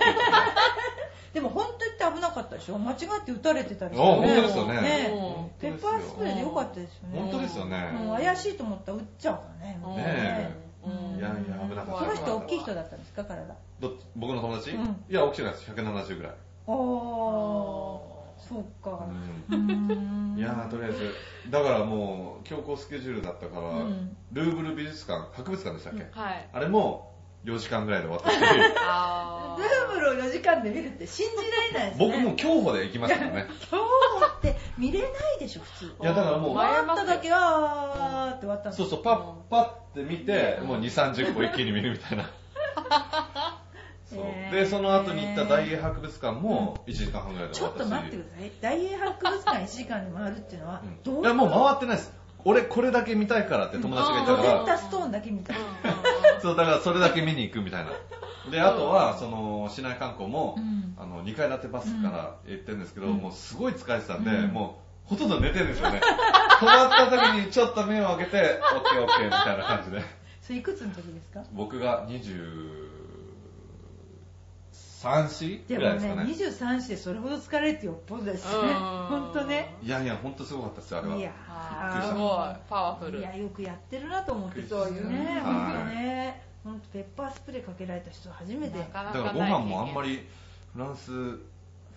A: でも本当言って危なかったでしょ間違って撃たれてたり
B: あ、
A: してね
B: 本当ですよね。
A: ね
B: 本当
A: ペ
B: で
A: ッ
B: す
A: パ
B: よ
A: ースプレーでよかったですよね
B: 本当ですよ
A: も
B: ね。
A: う怪しいと思ったら撃っちゃうからね
C: うん
B: ね
C: うん
B: いやいや危なか
A: そ
B: った
A: の人大きい人だったんですか体
B: どっち僕の友達、
A: うん
B: いや、起きてないです。170ぐらい。
A: あーそうか
B: う
A: うん
B: んいやー、とりあえず、だからもう、強行スケジュールだったから、
A: うん
B: ルーブル美術館、博物館でしたっけ、
C: はい
B: あれも、4時間ぐらいで終わったし、
C: あ
A: ルーブルを4時間で見るって信じられないですね
B: 僕も競歩で行きましたからね。
A: 今日って見れないでしょ普通
B: いや、だからもう、
A: 終わっただけあーって終わったんです
B: そうそう、パッパッって見て、
C: うん
B: もう2、30個一気に見るみ たいな。そう
A: へー
B: で、その後に行った大英博物館も1時間半ぐらいで
A: ち
B: 終
A: ょ
B: わっ
A: ったと
B: し。
A: 待ってください大英博物館1時間で回るっていうのは
B: うん
A: どう
B: いや、もう回ってないです。俺これだけ見たいからって友達がいた
A: ロ
B: か
A: ゼッ
B: ら、
A: タストーンだけ見たい
B: そう、だからそれだけ見に行くみたい な。で、あとは、その、市内観光も、あの、2階建てバスから行ってるんですけど、もうすごい疲れてたんで、
A: うん
B: もう、ほとんど寝てるんですよね。 止まった時にちょっと目を開けて、オッケーオッケーみたいな感じで。
A: それいくつの時ですか
B: 僕が23歳
A: でも
B: ぐらい
A: ね
B: ですかね
A: 23歳でそれほど疲れるってよっぽどですね
C: うん
A: 本当ね
B: いやいや本当すごかったですよあれはい
A: や
B: びっくり
C: す
B: した
C: ごいパワフ
A: い
C: ル
A: やよくやってるなと思って
B: びっくり
A: そう
B: し
A: い
B: た
A: うね
B: はい
A: 本当ね本当ペッパースプレーかけられた人初めて
C: なか
B: だ
C: な
B: か
C: からない
B: ご飯もあんまりフランス
A: フ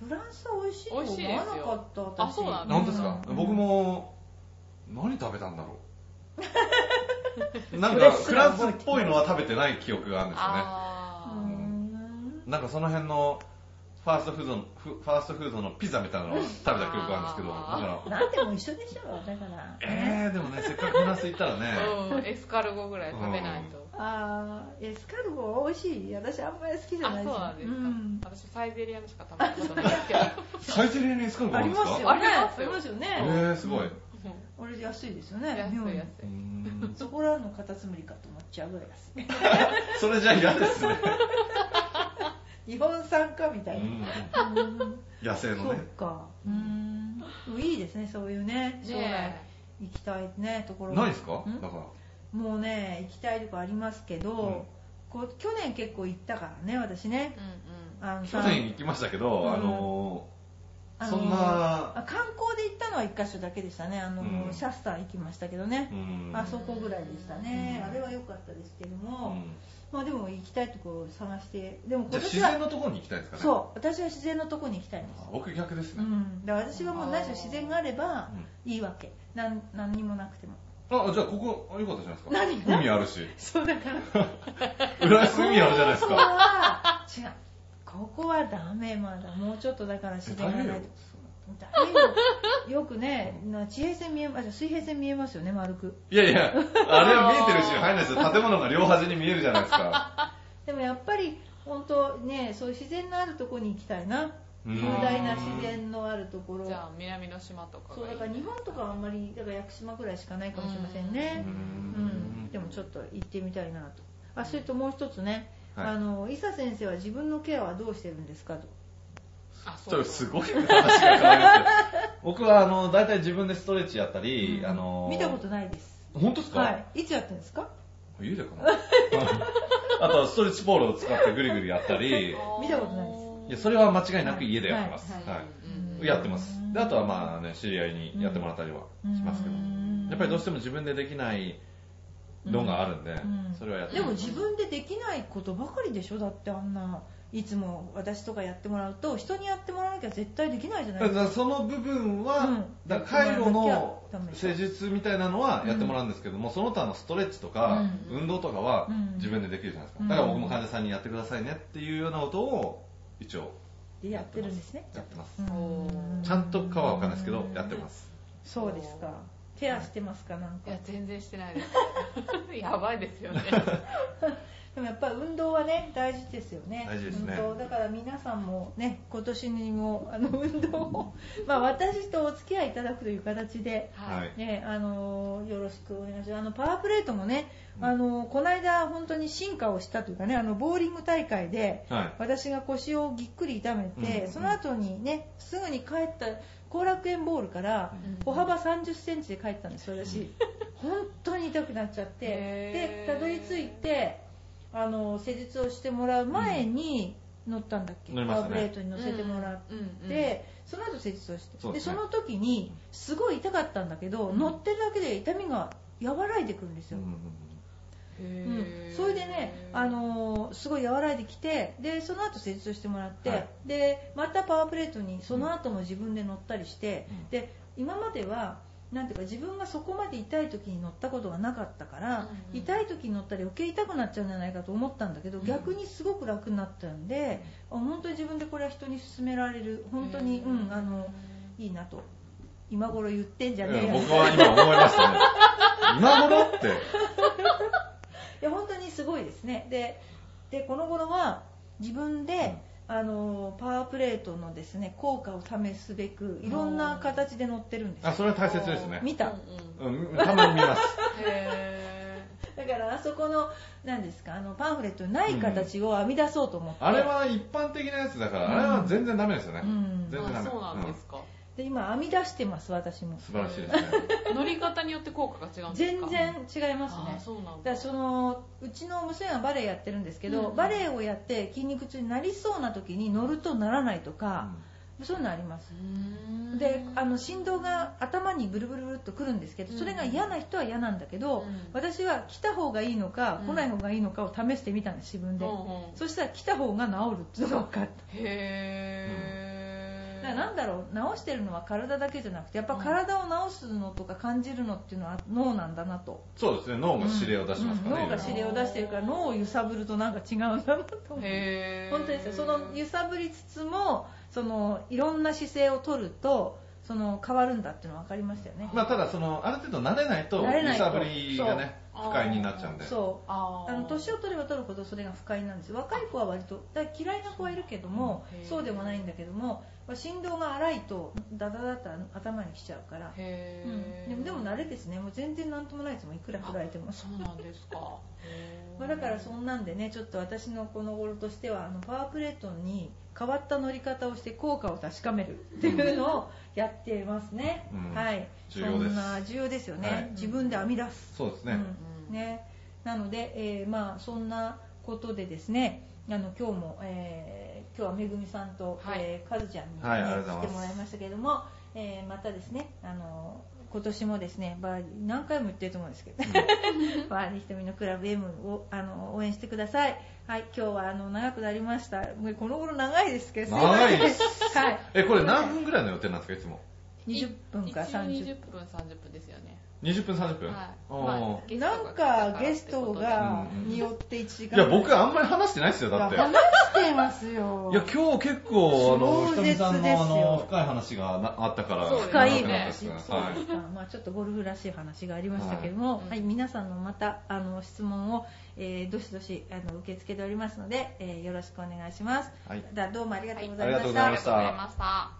A: ランスは美味しいと
C: 美味しい
A: 思
C: です
A: わな
C: よ
A: かった私
C: あそうなんだ
B: 本当ですか、
A: うん
B: 僕も何食べたんだろ うなん
A: それ
B: か
A: す
B: フ
A: ら
B: ランス
A: 覚えてない
B: っぽいのは食べてない記憶があるんですよね
A: う
C: あ
A: ん
B: なんかその辺のファーストフードのフファーストフードのピザみたいなのを食べた記憶があるんですけどだ
C: あ
B: から
A: なんでも一緒でしょだから
B: えー、でもねせっかくフランス行ったらね
C: ーうんエスカルゴぐらい食べないと
A: あーエスカルゴは美味しい私あんまり好きじゃ
C: あ
A: な
C: そ
A: いうです
C: なんです
A: うん
C: か私サイゼリアのしか食べたことないですけど
B: サイゼリアにエスカルゴ
A: あ
B: ある
A: り
B: んです
A: ます
B: か
A: よね
C: あります
A: よね
B: えー、すごい、う
A: あれ安いですよ ね
C: 安
A: 妙
C: い
A: に
C: 安
B: ー
C: い
B: ん
A: そこらのカタツムリかと思っちゃうぐらい安い
B: それじゃ嫌で すね。
A: 日本産かみたいな、うん
B: 野生
A: そ
B: の
A: う
B: ね。
A: かうんでもいいですねそういうね将来
C: ね
A: 行きたいねところ
B: ないですか
A: ん
B: だから。
A: もうね行きたいとこありますけど、
B: うん
A: こう去年結構行ったからね私ね
C: うん
A: あの
B: 去
A: さ
B: 年行きましたけど、
A: うん
B: あのー、
A: あの
B: そんな、
A: あ観光で行ったのは1箇所だけでしたねあの、
B: うん
A: シャスター行きましたけどね
B: う、ん。
A: あそこぐらいでしたね、
B: うん
A: あれは良かったですけど
B: う
A: も、
B: ん
A: まあでも行きたいところを探してでも
B: じ
A: 今
B: ゃあ自
A: 年は
B: 然のところに行きたいですかね。う。
A: そう私は自然のとこに行きたいんです
B: 僕逆です
A: う
B: ね。
A: ん、だから私はもう何しろ自然があれば
B: うん
A: いいわけなん何にもなくても
B: あ、じゃあここ、あよかったじゃない
A: 何
B: ですか。海あるし。
A: そうだから
B: 浦安海あるじゃないです
A: ここ
B: か。
A: は違うここはダメまだもうちょっとだから自然
B: 大
A: がない
B: 変
A: と
B: よ。
A: ダメよよくねな地平線見えますあ水平線見えますよね丸く
B: いやいや、あれは見えてるし、入らないですよ。建物が両端に見えるじゃないですか。
A: でもやっぱり本当ねそういう自然のあるとこに行きたいな
B: う ん
A: 雄大な自然のあるところ
C: じゃあ南の島とか
A: そう
C: がい
A: だ
C: い
A: から日本とかはあんまりだから屋久島ぐらいしかないかもしれません
B: う
A: ね、うん
B: ん
A: でもちょっと行ってみたいなとあそれともう一つね、
B: はい
A: あの伊佐先生は自分のケアはどうしてるんですかと
C: あ
B: ちょっとす
C: そう
B: ごい話が変わりますけど僕はあの大体自分でストレッチやったり、あの
A: 見たことないです
B: 本当ですか、
A: はいいつやってるんですか
B: 家でかな あとストレッチポールを使ってぐりぐりやったりい
C: そう
A: 見たことないです
B: やそれは間違いなく家でやってます、
C: はい
B: はい
C: うん
B: やってます
A: うん
B: であとはまあね知り合いにやってもらったりはしますけど、やっぱりどうしても自分でできないのがあるんで、
A: ん
B: それはやって
A: でも
B: ます
A: 自分でできないことばかりでしょだってあんないつも私とかやってもらうと人にやってもらわなきゃ絶対できないじゃない
B: だ
A: です
B: か
A: から
B: その部分は、
A: うん
B: だから回路の
A: ダメでしょ
B: 施術みたいなのはやってもらうんですけども、その他のストレッチとか、
C: うん
B: 運動とかは
A: うん
B: 自分でできるじゃないですか、
A: うん
B: だから僕も患者さんにやってくださいねっていうようなことを一応
A: でやってるんですね
B: やってます、
A: うん
B: ちゃんとかは分かんないですけどやってます、
A: そうですかケアしてますかなん
C: い
A: か
C: や全然してないです やばいですよね
A: でもやっぱり運動はね大事ですよね。
B: 大事ですね
A: 運動だから皆さんもね今年にもあの運動を まあ私とお付き合いいただくという形で。
B: はい
A: ね、あのよろしくお願いしますあのパワープレートもね、あのこの間、本当に進化をしたというかねあのボーリング大会で
B: はい
A: 私が腰をぎっくり痛めて、
B: うん
A: その後にねすぐに帰った後楽園ボールから
C: うん
A: 歩幅3 0ンチで帰ったんですよ、私。本当に痛くなっちゃってで
C: へー
A: たどり着いてあの施術をしてもらう前に乗ったんだっけ、
B: 乗りま
A: パ
B: し
A: ワ
B: た
A: ー
B: ね
A: プレートに乗せてもらって、
C: うんうん
A: その後施術をして
B: そう
A: で、
B: です
A: そ
B: ね
A: の時にすごい痛かったんだけど、
C: うん
A: 乗ってるだけで痛みが和らいでくるんです
B: う
A: よ、
B: ん
A: うん
C: へー
A: それでね、あのーすごい和らいできてでその後施術をしてもらって、
B: はい
A: でまたパワープレートにその後も自分で乗ったりして、
B: うん
A: で今まではなんていうか自分がそこまで痛い時に乗ったことがなかったから、
C: うんうん
A: 痛い時に乗ったら余計痛くなっちゃうんじゃないかと思ったんだけど、
B: うん
A: 逆にすごく楽になったんで、あ本当に自分でこれは人に勧められる本当に、うんあのいいなと今頃言ってんじゃねえ
B: い
A: よ
B: や
A: い
B: 僕は今思いましたね 今頃って
A: や本当にすごいですねででこの頃は自分で、あのパワープレートのですね効果を試すべくいろんな形で乗ってるんですよ
B: あそれは大切ですね
A: 見た、
C: うんうん
B: うんたまに見ます
C: へ
A: だからあそこの何ですかあのパンフレットにない形を編み出そうと思って、
B: あれは一般的なやつだから、あれは全然ダメですよね。
A: うん
B: 全然
C: ー
B: ダ
C: あ
B: メ。
C: そうなんですか
A: で今編み出してます私も
B: うん素晴らしい ですね。
C: 乗り方によって効果が違うんです
A: 全
C: か
A: 然違います
C: あー
A: ね
C: そうなん
A: だか
C: だ
A: らそのうちの娘はバレエやってるんですけど、
C: うん
A: バレエをやって筋肉痛になりそうな時に乗るとならないとか、そういうのあります
C: うーん
A: であの振動が頭にブルブルブルっとくるんですけどそれが嫌な人は嫌なんだけど、
C: うん
A: 私は来た方がいいのか、
C: うん
A: 来ない方がいいのかを試してみたんです自分で、
C: うんうん
A: そしたら来た方が治るっていうのが分かった
C: へ
A: だ
C: え
A: からなんだろう治してるのは体だけじゃなくてやっぱ体を治すのとか感じるのっていうのは脳なんだなと、
B: そうですね、脳が指令を出しますからね。
A: うん脳が
B: いろいろ
A: 指令を出してるから脳を揺さぶるとなんか違うんだなと思って
C: へえ
A: 本当ですよその揺さぶりつつもそのいろんな姿勢を取るとその変わるんだっていうの分かりましたよね、
B: まあただそのある程度慣れないと
A: 慣れない
B: 揺
A: と
B: さぶりがね
C: そう
B: 不快になっちゃうんで。
A: そう
C: あー
A: あの年を取れば取るほどそれが不快なんです若い子は割とだから嫌いな子はいるけども
C: うんへー
A: そうでもないんだけどもまあ振動が荒いとダダダッと頭にきちゃうから
C: へえ
A: うん、でもでも慣れですねもう全然なんともないですもんいくら振られても
C: そうなんですかへ ー
A: まあだからそんなんでねちょっと私のこの頃としてはあのパワープレートに変わった乗り方をして効果を確かめるっていうのをやってますね、
B: うん
A: はい
B: 重要です
A: そんな重要ですよね、
B: はい
A: 自分で編み出す
B: そうですね。
A: うんねなので、えーまあそんなことでですねあの今日も、えー今日はめぐみさんと、
C: はい
A: えーかずちゃんに、ね
B: はいありがとう
A: 来て
B: ございます
A: もらいましたけれども、えーまたですねあの今年もですねバー何回も言ってると思うんですけど、 バーディーひとみのクラブ M をあの応援してください。はい、今日はあの長くなりました。もうこの頃長いですけど、すません
B: 長いです
A: はい。
B: えこれ何分ぐらいの予定なんですかいつも？
A: 20分か
C: 一応
A: 30
C: 20分30分ですよね
B: 20分30分、
C: はい
B: おー
C: まあ
A: 分なんかゲストが
B: うんうん
A: によって1時間
B: いや僕あんまり話してないですよだって
A: い
B: い
A: や
B: や
A: 話してますよ
B: 今日結構あの
A: 壮
B: ひ
A: 絶
B: と
A: で
B: み
A: すよ
B: さんのあの深い話がなあったから
C: そうです
A: 深い
B: 長くなったです
A: そう
B: ね
A: です
B: は
A: か
B: い、
A: まあ、ちょっとゴルフらしい話がありましたけれども、は
C: はいい
A: 皆さんのまたあの質問を、えーどしどしあの受け付けておりますので、えーよろしくお願いします。
B: はい
A: だどうもありがとうござ
B: あ
A: い
B: り
A: まし
B: がとうご
A: た。
B: ざ
C: あり
B: いま
C: が
B: し
C: とう
B: た
C: ございました